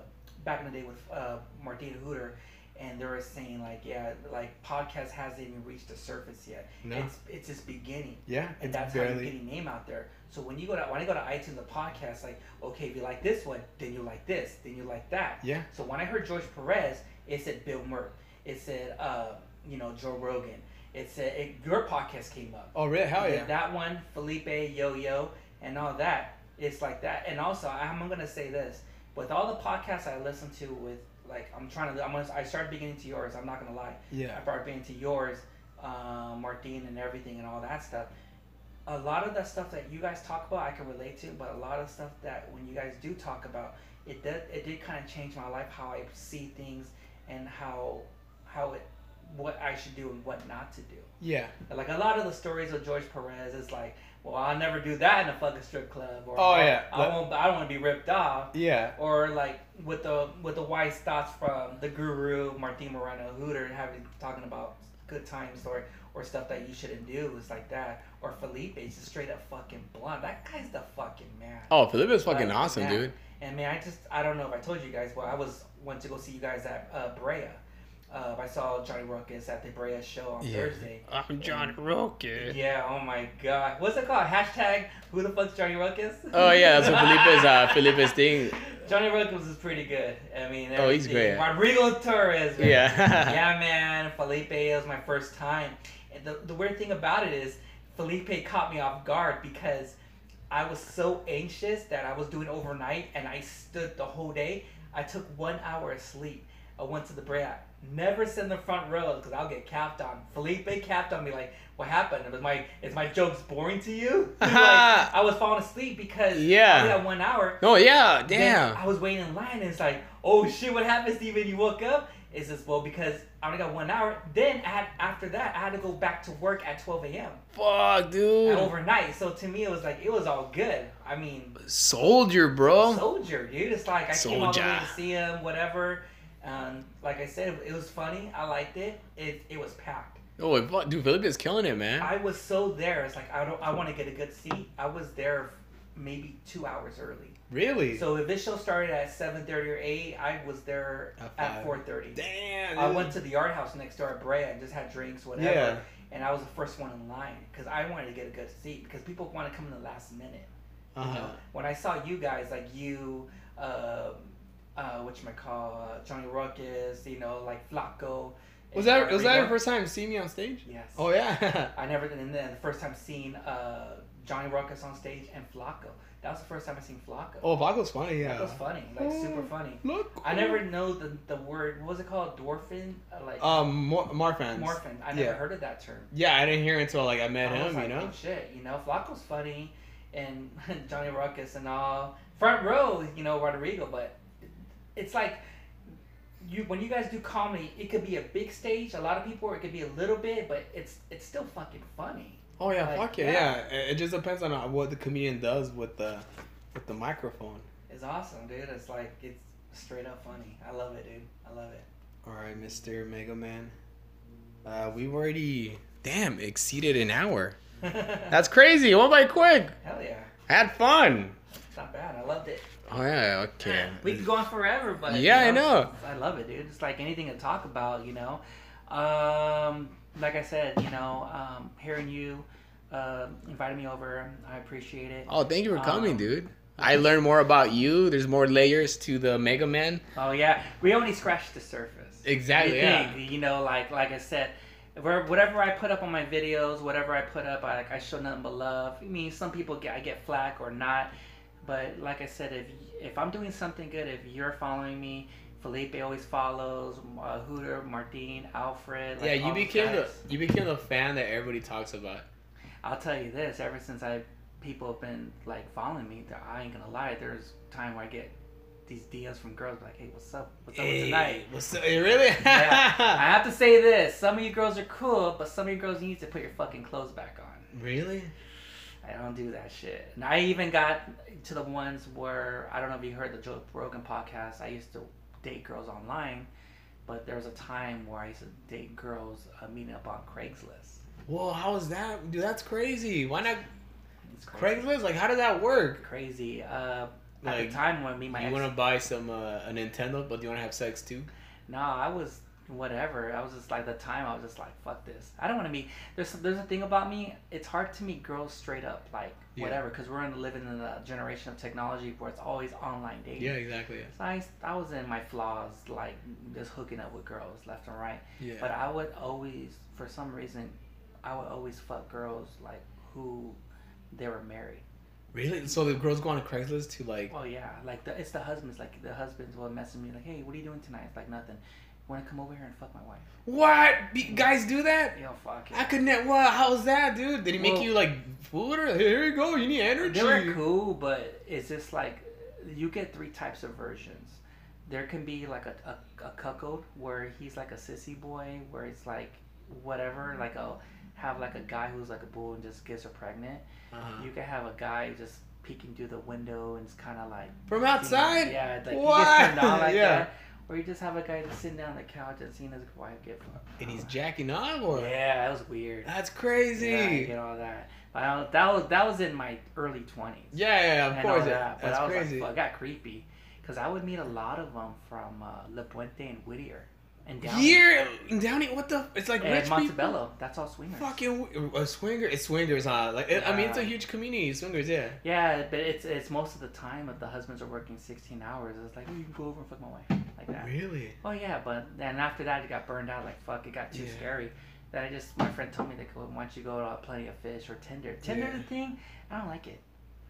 back in the day with uh Martina Hooter and they were saying like, yeah, like podcast hasn't even reached the surface yet.
No.
It's it's its beginning.
Yeah,
And
it's
that's how you
barely.
get your name out there. So when you go to when I go to iTunes the podcast, like, okay, if you like this one, then you like this, then you like that.
Yeah.
So when I heard George Perez, it said Bill Murray. It said uh, you know, Joe Rogan. It said it, your podcast came up.
Oh, really? Hell
And
yeah.
then That one, Felipe, Yo Yo, and all that. It's like that. And also, I'm gonna say this: with all the podcasts I listen to, with like I'm trying to, I'm gonna, I started beginning to yours. I'm not gonna lie.
Yeah.
I started beginning to yours, uh, Martine, and everything, and all that stuff. A lot of the stuff that you guys talk about, I can relate to. But a lot of stuff that when you guys do talk about, it did, it did kind of change my life, how I see things, and how, how it, what I should do and what not to do.
Yeah.
Like a lot of the stories of George Perez is like, well, I'll never do that in a fucking strip club, or
Oh,
I-
yeah.
I won't, I don't want to be ripped off,
Yeah.
or like with the with the wise thoughts from the guru Martin Moreno Hooter having talking about good times or or stuff that you shouldn't do is like that, or Felipe is just straight up fucking blunt. That guy's the fucking man.
Oh, Philip is fucking
Like,
awesome,
yeah.
dude.
And man, I just I don't know if I told you guys, but I was went to go see you guys at uh, Brea. Uh, I saw Johnny Ruckus at the Brea show on
Yeah.
Thursday.
I'm
Johnny
Rocket.
Yeah, oh my god. What's it called? Hashtag who the fuck's Johnny Ruckus?
Oh yeah, that's what Felipe's uh, Felipe's thing.
Johnny Ruckus is pretty good. I mean,
Oh, he's
everything.
great.
Rodrigo Torres. Man.
Yeah.
yeah, man. Felipe it was my first time. And the, the weird thing about it is, Felipe caught me off guard because I was so anxious that I was doing overnight and I stood the whole day. I took one hour of sleep. I went to the Brea. Never sit in the front row because I'll get capped on. Felipe capped on me like, "What happened? It was my is my jokes boring to you?" Like, I was falling asleep because
Yeah.
I only had one hour.
No, yeah,
Then
damn.
I was waiting in line, and it's like, oh shit, what happened, Steven? You woke up? It's just, well, because I only got one hour. Then I had, after that, I had to go back to work at 12 a.m.
Fuck, dude.
overnight. So to me, it was like, it was all good. I mean,
Soldier, bro.
soldier, dude. It's like, I came all the way
Oh. Soldier.
to see him, whatever. Um, like I said, it was funny. I liked it. It, it was packed.
Oh, fuck, dude, Felipe is killing it, man.
I was so there. It's like, I don't, I want to get a good seat. I was there maybe two hours early.
Really?
So if this show started at seven thirty or eight, I was there
At
at
five.
four thirty.
Uh, Damn.
I
dude.
went to the art house next door at Brea and just had drinks, whatever.
Yeah.
And I was the first one in line because I wanted to get a good seat because people want to come in the last minute. you know?
Uh-huh.
When I saw you guys, like you, um uh, what you call uh, Johnny Ruckus, you know, like Flacco.
Was
and
that was that your
Rodrigo.
first time seeing me on stage?
Yes.
Oh yeah.
I never and then the first time seeing uh, Johnny Ruckus on stage and Flacco. That was the first time I seen Flacco.
Oh, Vago's funny,
That was
yeah. Oh.
funny, like super funny.
Look.
I never know the, the word. What was it called? Dwarfin, Uh, like
Um, Mor- Marfans.
morphin. I never
yeah.
heard of that term.
Yeah, I didn't hear it until like I met
I was
him,
like,
you know.
"Oh, shit, you know, Flacco's funny, and Johnny Ruckus and all front row, you know, Rodrigo. But it's like you when you guys do comedy, it could be a big stage, a lot of people, or it could be a little bit, but it's it's still fucking funny.
Oh yeah,
Like,
fuck yeah,
yeah.
yeah. It, it just depends on uh, what the comedian does with the with the microphone.
It's awesome, dude. It's like it's straight up funny. I love it, dude. I love it.
All right, Mister Mega Man. Uh, we've already damn exceeded an hour. That's crazy. What by quick?
Hell yeah,
I had fun.
it's not bad. I loved it.
Oh yeah, okay.
We could go on forever, but
Yeah, I know.
I love it, dude. It's like anything to talk about, you know. Um, like I said, you know, um, hearing you uh, inviting me over, I appreciate it.
Oh, thank you for coming,
Um,
dude. I learned more about you. There's more layers to the Mega Man.
Oh yeah, we only scratched the surface.
Exactly,
You
yeah.
think, you know, like like I said, where- whatever I put up on my videos, whatever I put up, I like I show nothing but love. I mean, some people get I get flack or not, but like I said, if if I'm doing something good, if you're following me. Felipe always follows uh, Hooter, Martin, Alfred. like
yeah, you
all these
became the
guys.
you became the fan that everybody talks about.
I'll tell you this: ever since I, people have been like following me. that- I ain't gonna lie. There's time where I get these DMs from girls like, "Hey, what's up? What's up with tonight?"
What's up? Really?
I have to say this: some of you girls are cool, but some of you girls need to put your fucking clothes back on.
Really?
I don't do that shit. And I even got to the ones where I don't know if you heard the Joe Rogan podcast. I used to date girls online, but there was a time where I used to date girls uh, meeting up on Craigslist.
Whoa, how is that? Dude, that's crazy. Why not
It's crazy.
Craigslist? Like, how does that work?
Crazy. Uh, at
Like,
the time when me and my
you
ex
want to buy some uh, a Nintendo, but you want to have sex too?
No, I was whatever. I was just like, the time I was just like, fuck this. I don't want to meet. There's there's a thing about me. It's hard to meet girls straight up, like
Yeah.
whatever, because we're in, living in a generation of technology where it's always online dating.
Yeah, exactly.
So I, I was in my flaws, like just hooking up with girls left and right.
Yeah.
But I would always, for some reason, I would always fuck girls like who they were married.
really? So the girls go on Craigslist to like.
Oh yeah, like the it's the husbands. Like the husbands will message me like, "Hey, what are you doing tonight?" It's like nothing. Want to come over here and fuck my wife?
What? Be- guys do that?
Yo, fuck
I
it.
could not What? How was that, dude? Did he make
Well-
you like food or here you go? You need energy.
They were cool, but it's just like you get three types of versions. There can be like a, a, a cuckold where he's like a sissy boy, where it's like whatever,
Mm-hmm.
like a have like a guy who's like a bull and just gets her pregnant.
Uh-huh.
You can have a guy just peeking through the window and it's kind of like
From outside?
Yeah, like he
What?
gets turned on like
Yeah.
that. Or you just have a guy just sitting down on the couch and seeing his wife get fucked. Uh-huh.
And he's jacking off, or
Yeah, that was weird.
that's crazy.
Yeah, I
Yeah,
get all that. But I don't, that was that was in my early twenties.
yeah, yeah, of
and
course.
all that.
That,
But
that's
I was
crazy.
like, well, it got creepy because I would meet a lot of them from uh, La Puente and Whittier and down
Here in Downey, what the? It's like
and
rich people.
Montebello. That's all swingers.
Fucking a swinger, it's swingers, huh? Like it, I mean, it's a
Yeah.
huge community, swingers, yeah.
Yeah, but it's it's most of the time that the husbands are working sixteen hours. It's like "Oh, you can go over and fuck my wife like that.
Really?
Oh yeah, but then after that it got burned out. Like fuck, it got too
Yeah.
scary. Then I just my friend told me like, well, why don't you go to uh, Plenty of Fish or Tinder? Tinder
Yeah.
the thing? I don't like it.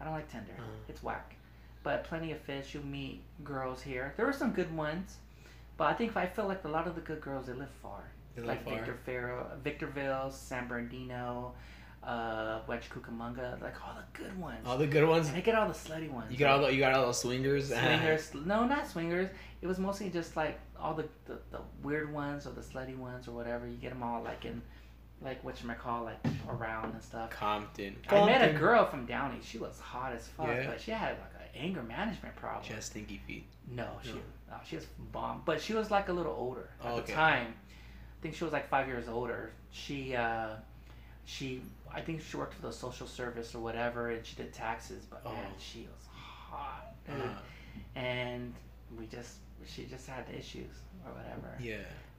I don't like Tinder.
Uh-huh.
It's whack. But Plenty of Fish, you meet girls here. There were some good ones, but I think I feel like a lot of the good girls they live far,
They
like
live far.
Victor Faro, Victorville, San Bernardino, uh, Wedge Cucamonga, like all the good ones.
All the good ones.
and I get all the slutty ones.
You got all the, you got all those swingers. Ah,
Swingers, no, not swingers. It was mostly just like all the, the, the weird ones or the slutty ones or whatever. You get them all like in, like what you call like around and stuff.
Compton.
I met a
Compton.
girl from Downey. She was hot as fuck,
Yeah.
but she had like an anger management problem.
She has stinky feet.
no, she
No.
no, she was bomb. But she was like a little older at
Oh,
the
okay.
time. I think she was like five years older. She uh, she I think she worked for the social service or whatever, and she did taxes. But man,
Oh.
she was hot. dude
Uh,
and we just she just had issues or whatever.
yeah.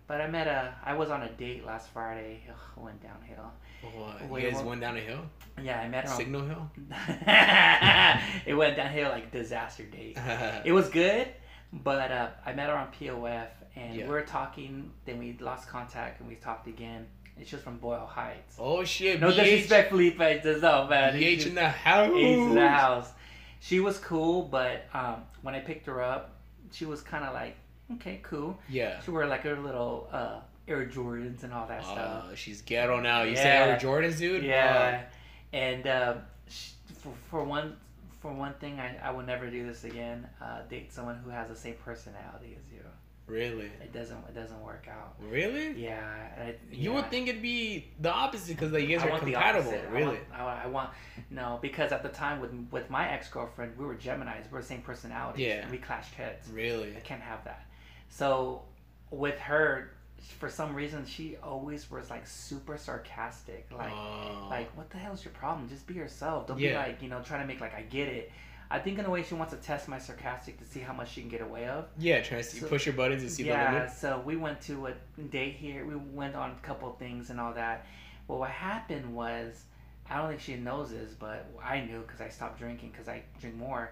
But I met a I was on a date last Friday. Ugh, I went downhill.
What?
Wait,
you guys
what-
went down a hill?
Yeah, I met her. on-
Signal Hill?
it went downhill like disaster date. It
yeah.
was good, but uh, I met her on POF and
Yeah.
we were talking. Then we lost contact and we talked again. And she was from Boyle Heights.
Oh shit.
No
BH,
disrespect, Felipe. Just no, man. It's
BH
just-
in the house.
Ace in the house. She was cool, but um, when I picked her up, she was kind of like, okay, cool.
Yeah.
She wore like her little uh, Air Jordans and all that stuff.
Uh, she's ghetto now. You say
Yeah.
Air Jordans, dude?
Yeah, and uh, sh for, for one for one thing, I, I will never do this again. Uh, date someone who has the same personality as you.
Oh, really?
It doesn't it doesn't work out.
Really?
Yeah, and I,
You
yeah.
would think it'd be the opposite because like, you guys
I
are
want the
compatible.
opposite.
Really?
I want, I, want, I want- no because at the time with with my ex girlfriend we were Gemini's we were the same personalities
Yeah.
and we clashed heads
Really?
I can't have that so with her for some reason she always was like super sarcastic like
Oh.
like what the hell's your problem just be yourself don't be
Yeah.
like you know trying to make like I get it I think in a way she wants to test my sarcastic to see how much she can get away of
yeah, trying to see,
So-
push your buttons and see the
yeah,
limit.
so we went to a date here. We went on a couple of things and all that. Well, what happened was, I don't think she knows this, but I knew because I stopped drinking because I drink more.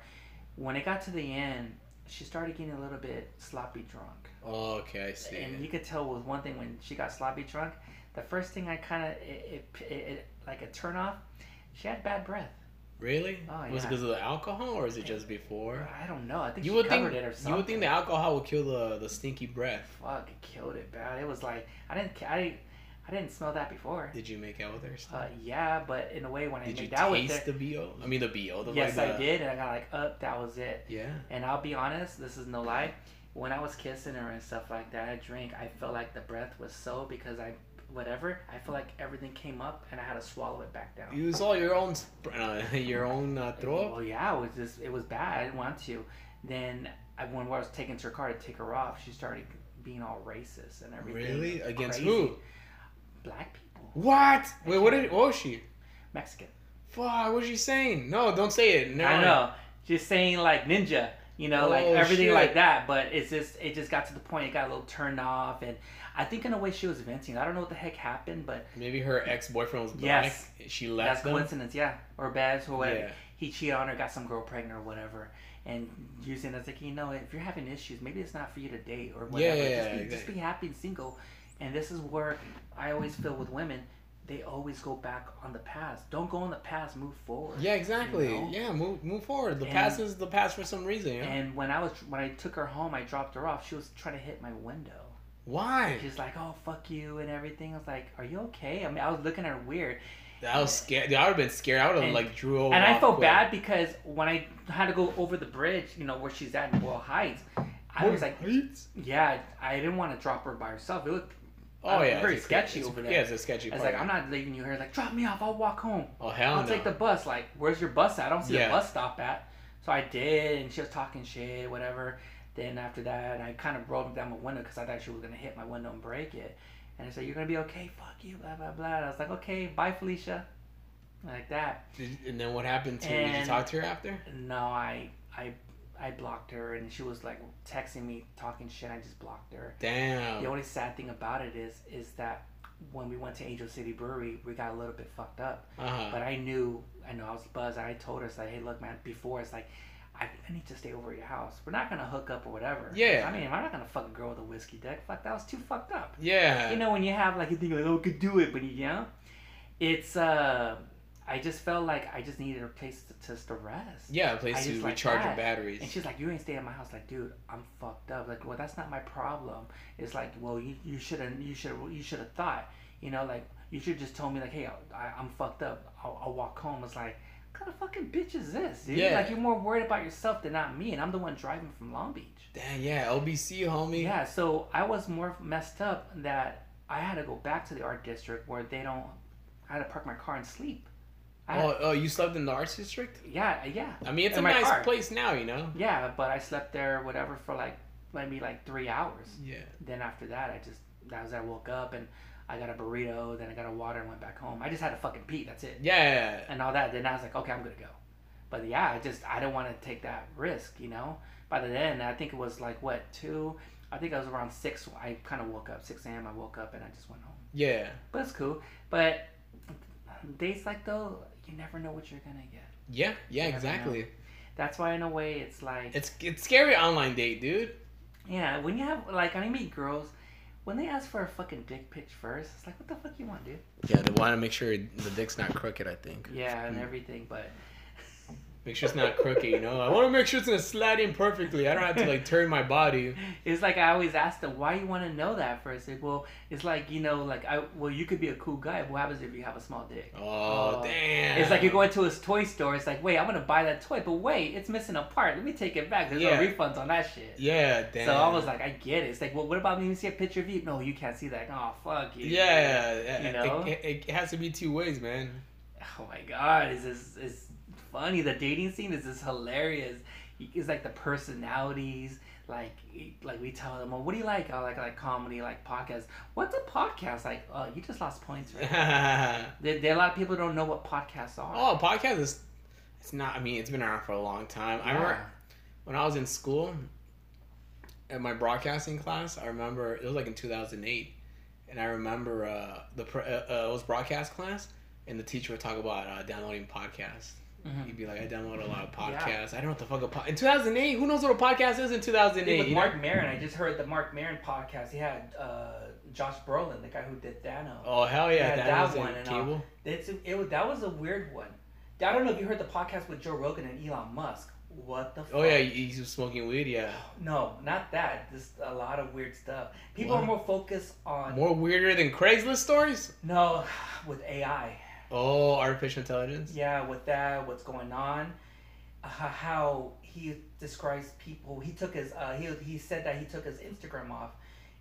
When it got to the end, she started getting a little bit sloppy drunk,
Oh, okay, I see.
and you could tell was one thing when she got sloppy drunk. The first thing I kind of it, it, it, it like a turn off. She had bad breath.
Really?
Oh,
Was it
yeah.
because of the alcohol or is it just before?
I don't know. I think
You
she
would
covered
think
it or something.
you would think the alcohol would kill the, the stinky breath.
fuck it killed it, bad. It was like I didn't ca- I I didn't smell that before.
Did you make out with her? Still?
Uh, yeah, but in a way, when I
did you
made that with
taste
her,
the bo? I mean the bo. The,
yes,
like,
I
the-
did, and I got like up. That was it.
Yeah.
And I'll be honest, this is no lie. When I was kissing her and stuff like that, I drank. I felt like the breath was so because I whatever. I felt like everything came up, and I had to swallow it back down.
You saw your own sp- uh, your own uh, throw up.
Well, Oh, yeah, it was just it was bad. I didn't want to. Then I, when I was taking to her car to take her off, she started being all racist and everything.
Really? Against
Crazy.
who?
Black people,
What? Wait, what did? What was she?
Mexican.
Fuck! What was she saying? No, don't say it. No.
I know. Just saying like ninja. you know, like
Oh,
everything
shit.
like that. But it's just it just got to the point it got a little turned off, and I think in a way she was venting. I don't know what the heck happened, but
Maybe her ex boyfriend was black.
Yes.
She
that's
left him.
coincidence, yeah, or bad or whatever.
Yeah.
He cheated on her, got some girl pregnant or whatever, and using it as like you know, if you're having issues, maybe it's not for you to date or whatever.
Yeah, yeah,
just, be,
yeah,
just be happy and single. And this is where I always feel with women, they always go back on the past. Don't go on the past, move forward.
Yeah, exactly.
You know?
Yeah, move move forward. The
And-
past is the past for some reason. Yeah?
And when I was when I took her home, I dropped her off. She was trying to hit my window.
Why?
She's like, "Oh fuck you" and everything. I was like, "Are you okay?" I mean, I was looking at her weird,
That was scared. I would have been scared. I would have
And-
like drew over.
and I felt bad because when I had to go over the bridge, you know where she's at in Boyle Heights, I was like, "Yeah, I didn't want to drop her by herself." It looked,
oh yeah,
very
it's a-
sketchy
it's-
over there.
Yeah, it's a sketchy
I
part.
was like, "I'm not leaving you here." Like, drop me off. I'll walk home.
Oh hell
I'll
no.
take the bus. Like, where's your bus at? I don't see
Yeah.
a bus stop at. So I did, and she was talking shit, whatever. Then after that, I kind of rolled down my window because I thought she was gonna hit my window and break it. And I said, "You're gonna be okay. Fuck you." Blah blah blah. And I was like, "Okay, bye, Felicia." Like that.
Did- and then what happened to her? Did you
And-
talk to her after?
No, I I I blocked her, and she was like texting me, talking shit. I just blocked her.
Damn.
The only sad thing about it is is that when we went to Angel City Brewery, we got a little bit fucked up.
uh-huh.
But I knew, I know I was buzzed. I told her, it's like, hey, look, man, before it's like, I, I need to stay over at your house. We're not gonna hook up or whatever.
Yeah.
I mean, I'm not gonna fuck a girl with a whiskey dick. Fuck, that was too fucked up.
Yeah.
You know, when you have like you think like, oh, we could do it, but you, you know, it's uh, I just felt like I just needed a place to, just to rest.
yeah, a place
I
to
just like
recharge your
that.
batteries.
And she's like, you ain't staying at my house. Like, dude, I'm fucked up. Like, well, that's not my problem. It's like, well, you you should have you should you should have thought. You know, like you should just told me like, hey, I, I, I'm fucked up. I'll, I'll walk home. It's like, what kind of fucking bitch is this, dude?
Yeah.
Like, you're more worried about yourself than not me, and I'm the one driving from Long Beach.
Damn, yeah, LBC, homie.
Yeah. So I was more messed up that I had to go back to the art district where they don't. I had to park my car and sleep. I-
Oh, oh, you slept in the arts district?
Yeah, yeah.
I mean, it's
In
a
my
nice
car.
place now, you know.
Yeah, but I slept there, whatever, for like maybe like three hours.
Yeah.
Then after that, I just that was I woke up and I got a burrito, then I got a water and went back home. I just had to fucking pee. That's it,
Yeah.
and all that. Then I was like, okay, I'm gonna go. But yeah, I just I didn't want to take that risk, you know. By the end, I think it was like what two? I think I was around six. I kind of woke up six a.m. I woke up and I just went home.
Yeah.
But it's cool. But dates like though, you never know what you're gonna get.
Yeah. Yeah.
never
Exactly.
That's why in a way it's like
It's it's scary online date, dude.
Yeah, when you have like when I meet girls, when they ask for a fucking dick pitch first, it's like what the fuck you want, dude?
Yeah, they want to make sure the dick's not crooked. I think.
Yeah,
Hmm.
and everything, but
Make sure it's not crooked, you know. I want to make sure it's gonna slide in perfectly. I don't have to like turn my body.
it's like I always ask them why you want to know that first. Like, well, it's like you know, like I well, you could be a cool guy. But what happens if you have a small dick?
Oh,
Oh.
damn.
It's like you're going to a toy store. It's like, wait, I'm gonna buy that toy, but wait, it's missing a part. Let me take it back. There's
Yeah.
no refunds on that shit.
Yeah. Damn.
So I was like, I get it. It's like, well, what about me? You see a picture of you? No, you can't see that. Oh, fuck you.
Yeah, yeah,
You
it-
know?
it, it, it has to be two ways, man.
Oh my god, is this is funny? The dating scene is just hilarious. It's like the personalities. Like, like we tell them, well, what do you like? I like like comedy, like podcasts. What's a podcast? Like, oh, you just lost points, right?
oh,
there, there are a lot of people don't know what podcasts are.
podcast is it's not. I mean, it's been around for a long time. I remember when I was in school, at my broadcasting class, I remember it was like in 2008, and I remember uh, the pr- uh, uh, it was broadcast class, and the teacher would talk about uh, downloading podcasts.
Mhm.
He'd be like, "I download a lot of podcasts. I don't know what the fuck a pod." In 2008, who knows what a podcast is in 2008?
Dude, with
you know?
Mark Maron, I just heard the Mark Maron podcast. He had uh, Josh Brolin, the guy who did Thanos.
Oh hell yeah,
Yeah,
that,
that
was in
one and all.
cable.
It's, it was, that was a weird one. I don't know if you heard the podcast with Joe Rogan and Elon Musk. What the?
Oh yeah, he, he was smoking weed. Yeah,
No, not that. Just a lot of weird stuff. People
What?
are more focused on
more weirder than Craigslist stories.
no with AI.
Oh, artificial intelligence.
Yeah, with that, what's going on? Uh, how he describes people. He took his. Uh, he he said that he took his Instagram off.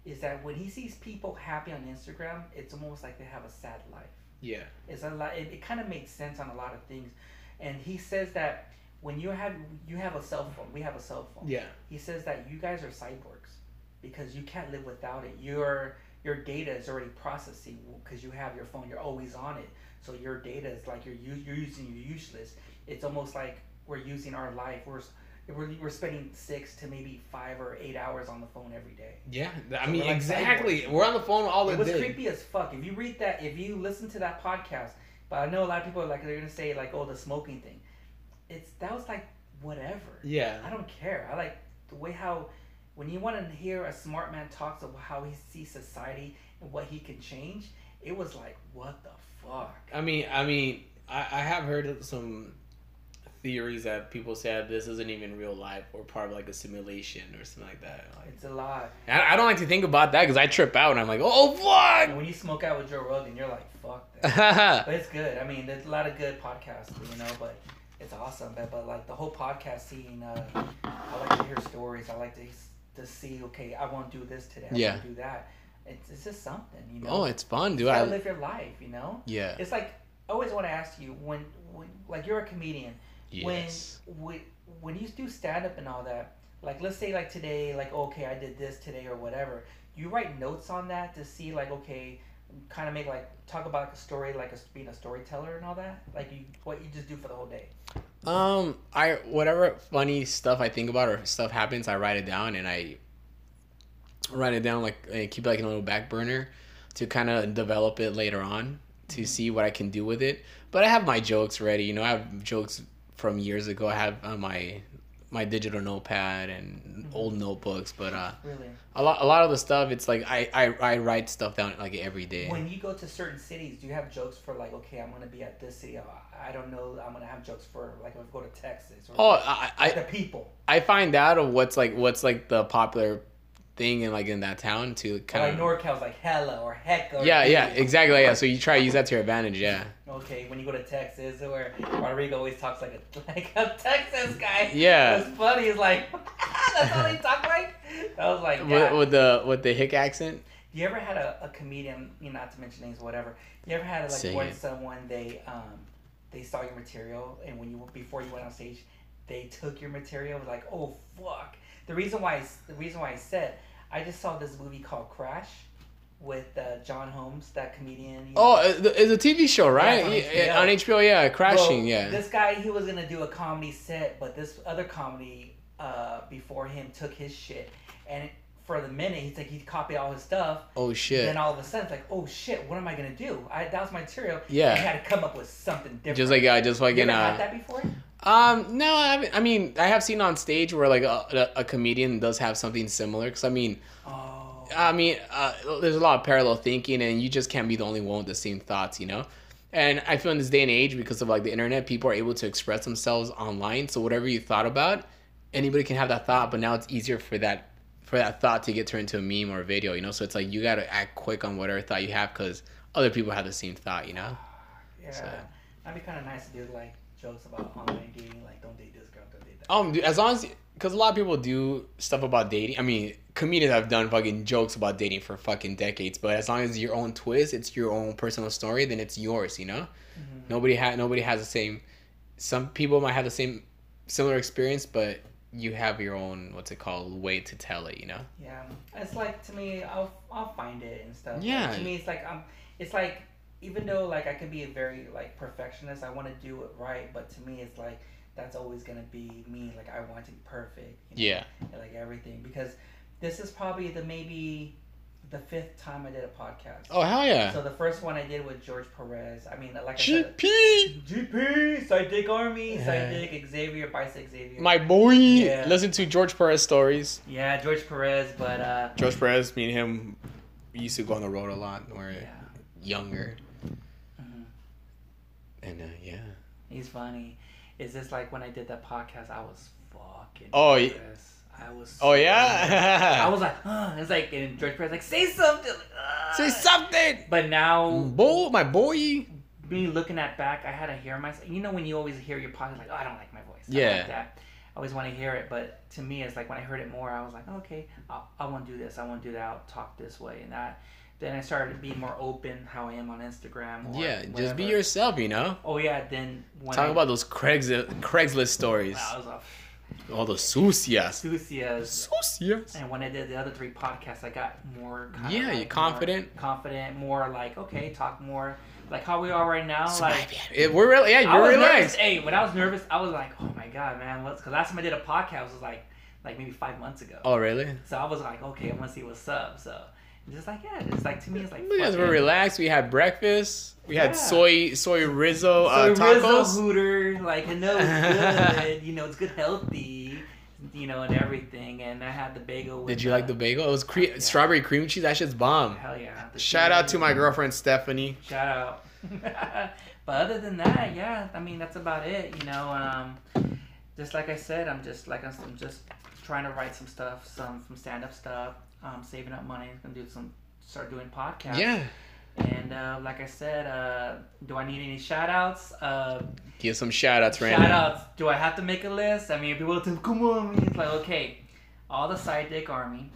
Is that when he sees people happy on Instagram, it's almost like they have a sad life.
Yeah.
It's a lot. It, it kind of makes sense on a lot of things, and he says that when you have you have a cell phone, we have a cell phone.
Yeah.
He says that you guys are cyborgs because you can't live without it. Your your data is already processing because you have your phone. You're always on it, so your data is like you're u- you're using you're useless. It's almost like we're using our life. We're s- we're, we're spending six to maybe five or eight hours on the phone every day.
Yeah, th- I
So
mean
we're like
exactly. We're on the phone all the
It was
day.
creepy as fuck. If you read that, if you listen to that podcast, but I know a lot of people are like they're gonna say like, oh, the smoking thing. It's that was like whatever. I
Yeah,
don't care. I like the way how when you want to hear a smart man talks of how he sees society and what he can change. It was like what the fuck.
I mean, I mean, I, I have heard of some theories that people said this isn't even real life or part of like a simulation or something like that. Like,
It's a lot.
I, I don't like to think about that because I trip out and I'm like, oh
And
fuck.
when you smoke out with Joe Rogan, you're like fuck that. But it's good. I mean, there's a lot of good podcasts, you know, but it's awesome. But, but like the whole podcast scene, uh, I like to hear stories. I like to, to see, okay, I won't do this today. I
Yeah.
won't do that. It's, it's just something, you know.
Oh, it's fun,
you
dude.
gotta
I,
live your life, you know?
yeah.
It's like, I always want to ask you when, when, like, you're a comedian.
Yes.
When, when, when you do stand up and all that, like, let's say, like, today, like, okay, I did this today or whatever, you write notes on that to see, like, okay, kind of make, like, talk about like, a story, like, a, being a storyteller and all that? Like, you, what you just do for the whole day.
Um, I whatever funny stuff I think about or stuff happens, I write it down and I write it down like and keep it like in a little back burner to kind of develop it later on to see what I can do with it. But I have my jokes ready. You know, I have jokes from years ago. I have uh, my my digital notepad and old notebooks, but uh,
Really?
a lot a lot of the stuff it's like I I, I write stuff down like every day.
When you go to certain cities, do you have jokes for, like, okay, I'm going to be at this city. I, I don't know. I'm going to have jokes for, like, if I go to Texas or
Oh, I, I
the people.
I find out of what's like what's like the popular thing in like in that town to
Or, like,
kind of
NorCal's like hella or heck. Or
yeah yeah exactly yeah so you try to use that to your advantage yeah
Okay, when you go to Texas, where Rodrigo always talks like a like a Texas guy.
Yeah.
it's funny. He's like, that's all he talk like. I was like,
with,
God.
with the with the hick accent
you ever had a, a comedian, you know, not to mention names, whatever. You ever had like
Sing
when
it.
someone they um they saw your material and when you before you went on stage, they took your material. Was like, oh fuck. The reason why I s the reason why I said I just saw this movie called Crash with uh, John Holmes, that comedian. you know,
oh it- it's a TV show right
on
Yeah,
HBO.
on, HBO. yeah crashing
Well,
yeah
This guy, he was gonna do a comedy set, but this other comedy uh, before him took his shit, and for the minute, he's like he copied all his stuff.
oh shit
Then all of a sudden, it's like, oh shit, what am I gonna do? I that was my material.
Yeah.
I had to come up with something different.
just like uh, just
you
fucking
ever had
uh,
that before?
um no I, haven't, I mean I have seen on stage where like a, a a comedian does have something similar because I mean
Oh,
I mean, uh, there's a lot of parallel thinking, and you just can't be the only one with the same thoughts, you know. And I feel in this day and age, because of like the internet, people are able to express themselves online. So whatever you thought about, anybody can have that thought. But now it's easier for that for that thought to get turned into a meme or a video, you know. So it's like you gotta act quick on whatever thought you have, because other people have the same thought, you know.
yeah.
so-
That'd be kind of nice to do like jokes about online dating, like don't date this girl, don't date that.
Um, dude, as long as because a lot of people do stuff about dating. I mean, comedians have done fucking jokes about dating for fucking decades. But as long as your own twist, it's your own personal story, then it's yours. You know,
Mm-hmm.
nobody had nobody has the same. Some people might have the same similar experience, but you have your own what's it called way to tell it. You know.
Yeah, it's like to me, I'll I'll find it and stuff. Like,
Yeah.
to me, it's like I'm. It's like even though like I could be a very like perfectionist, I want to do it right. But to me, it's like that's always gonna be me. Like I want to be perfect. you know,
Yeah.
and, like everything because this is probably the maybe the fifth time I did a podcast.
Oh hell yeah.
So the first one I did with George Perez. I mean, like I said,
GP,
GP, Side Dick Army,
Yeah.
Side Dick Xavier, Bicycle Xavier.
my boy.
Yeah.
Listen to George Perez stories.
yeah, George Perez, but uh,
George Perez, me and him, we used to go on the road a lot. When we were
yeah,
younger,
Mhm.
and uh, yeah.
He's funny. Is this like when I did that podcast? I was fucking.
Oh, y-
nervous. I was.
Oh
so nervous.
yeah.
I was like, huh. It's like, and George Perez like, say something. like, "Ah."
Say something.
But now,
Boy, my boy.
me looking at back, I had to hear myself. You know when you always hear your podcast, like, oh, I don't like my voice. I don't
Yeah.
Like that. I always want to hear it, but to me, it's like when I heard it more, I was like, okay, I, I won't do this. I won't do that. I'll talk this way and that. Then I started being more open, how I am on Instagram. Or
Yeah, just be
whatever.
yourself, you know.
Oh yeah, then when
Talk
I-
about those Craigslist, Craigslist stories.
I was like,
All the sucias.
enthusiasm.
Sucias.
And when I did the other three podcasts, I got more. kinda
Yeah,
like
you're confident.
More confident, more like okay, talk more, like how we are right now. Like
It- we're really, yeah,
I
you're
was nervous.
relaxed.
Hey, when I was nervous, I was like, oh my god, god, man, what's? Cause last time I did a podcast was like, like maybe five months ago.
Oh, really?
So I was like, okay, I want to see what's up. So and just like yeah, it's like to me, it's like
Look at us, we're
fucking-
relaxed. We had breakfast. We
Yeah.
had soy soy rizzo uh,
so Rizzo
tacos.
Hooter, like I know it's good, you know it's good, healthy, you know, and everything. And I had the bagel. With
Did you like the bagel? It was cre-
Yeah.
strawberry cream cheese. That shit's bomb.
Hell yeah! the
Shout out to
cheese.
my girlfriend Stephanie.
Shout out. but other than that, yeah, I mean that's about it. You know, um, just like I said, I'm just like I'm, I'm just trying to write some stuff, some some stand up stuff. Um, saving up money, gonna do some start doing podcasts.
Yeah.
And uh, like I said, uh, do I need any shout outs? Uh,
Give some shout outs right
shout
now.
outs. Do I have to make a list? I mean, if people tell me, come on, man," it's like okay, all the side dick army,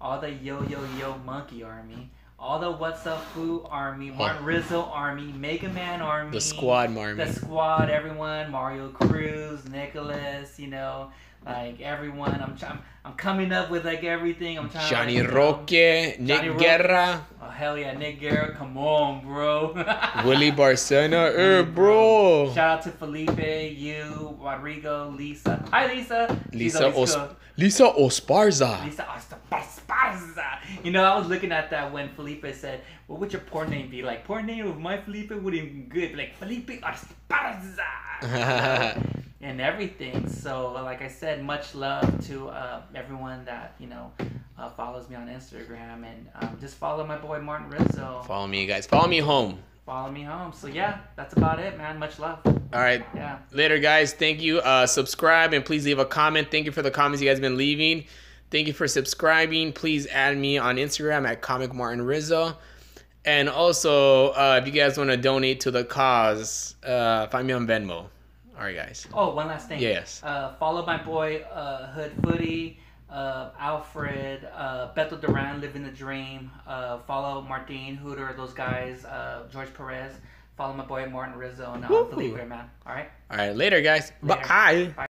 all the yo yo yo monkey army, all the what's up foo army, Martin Rizzo army, Mega Man army,
The squad,
the
Marmy.
squad, everyone, Mario Cruz, Nicholas, you know, like everyone. I'm trying, I'm coming up with like everything. I'm trying.
Johnny
to, like, you know-
Roque, Nick
Johnny Roque.
Guerra,
Oh hell yeah, Nick Guerra, come on, bro.
Willie Barcena. Eh,
Mm,
bro.
Shout out to Felipe, you, Rodrigo, Lisa. Hi, Lisa. She's
Lisa,
always
Os-
cool.
Lisa Osparza.
Lisa Ostapaspasa. You know, I was looking at that when Felipe said, "What would your porn name be like?" Porn name of my Felipe wouldn't be good, like Felipe
Uh-huh.
Ostapaza. and everything. So, like I said, much love to uh, everyone that you know uh, follows me on Instagram, and um, just follow my boy Martin Rizzo.
Follow me, guys. Follow me home.
Follow me home. So yeah, that's about it, man. Much love.
All right.
Yeah.
Later, guys. Thank you. Uh, subscribe and please leave a comment. Thank you for the comments you guys been leaving. Thank you for subscribing. Please add me on Instagram at Comic Martin Rizzo. And also, uh, if you guys want to donate to the cause, uh, find me on Venmo. All right, guys.
Oh, one last thing.
Yes.
Uh, follow my boy uh, Hood Footy, uh, Alfred, uh, Beto Duran, Living the Dream. Uh, follow Martin Hooter, those guys, uh, George Perez. Follow my boy Martin Rizzo and uh,
Woo.
Felipe, man. All right.
All right, later, guys.
Later.
Bye.
Bye.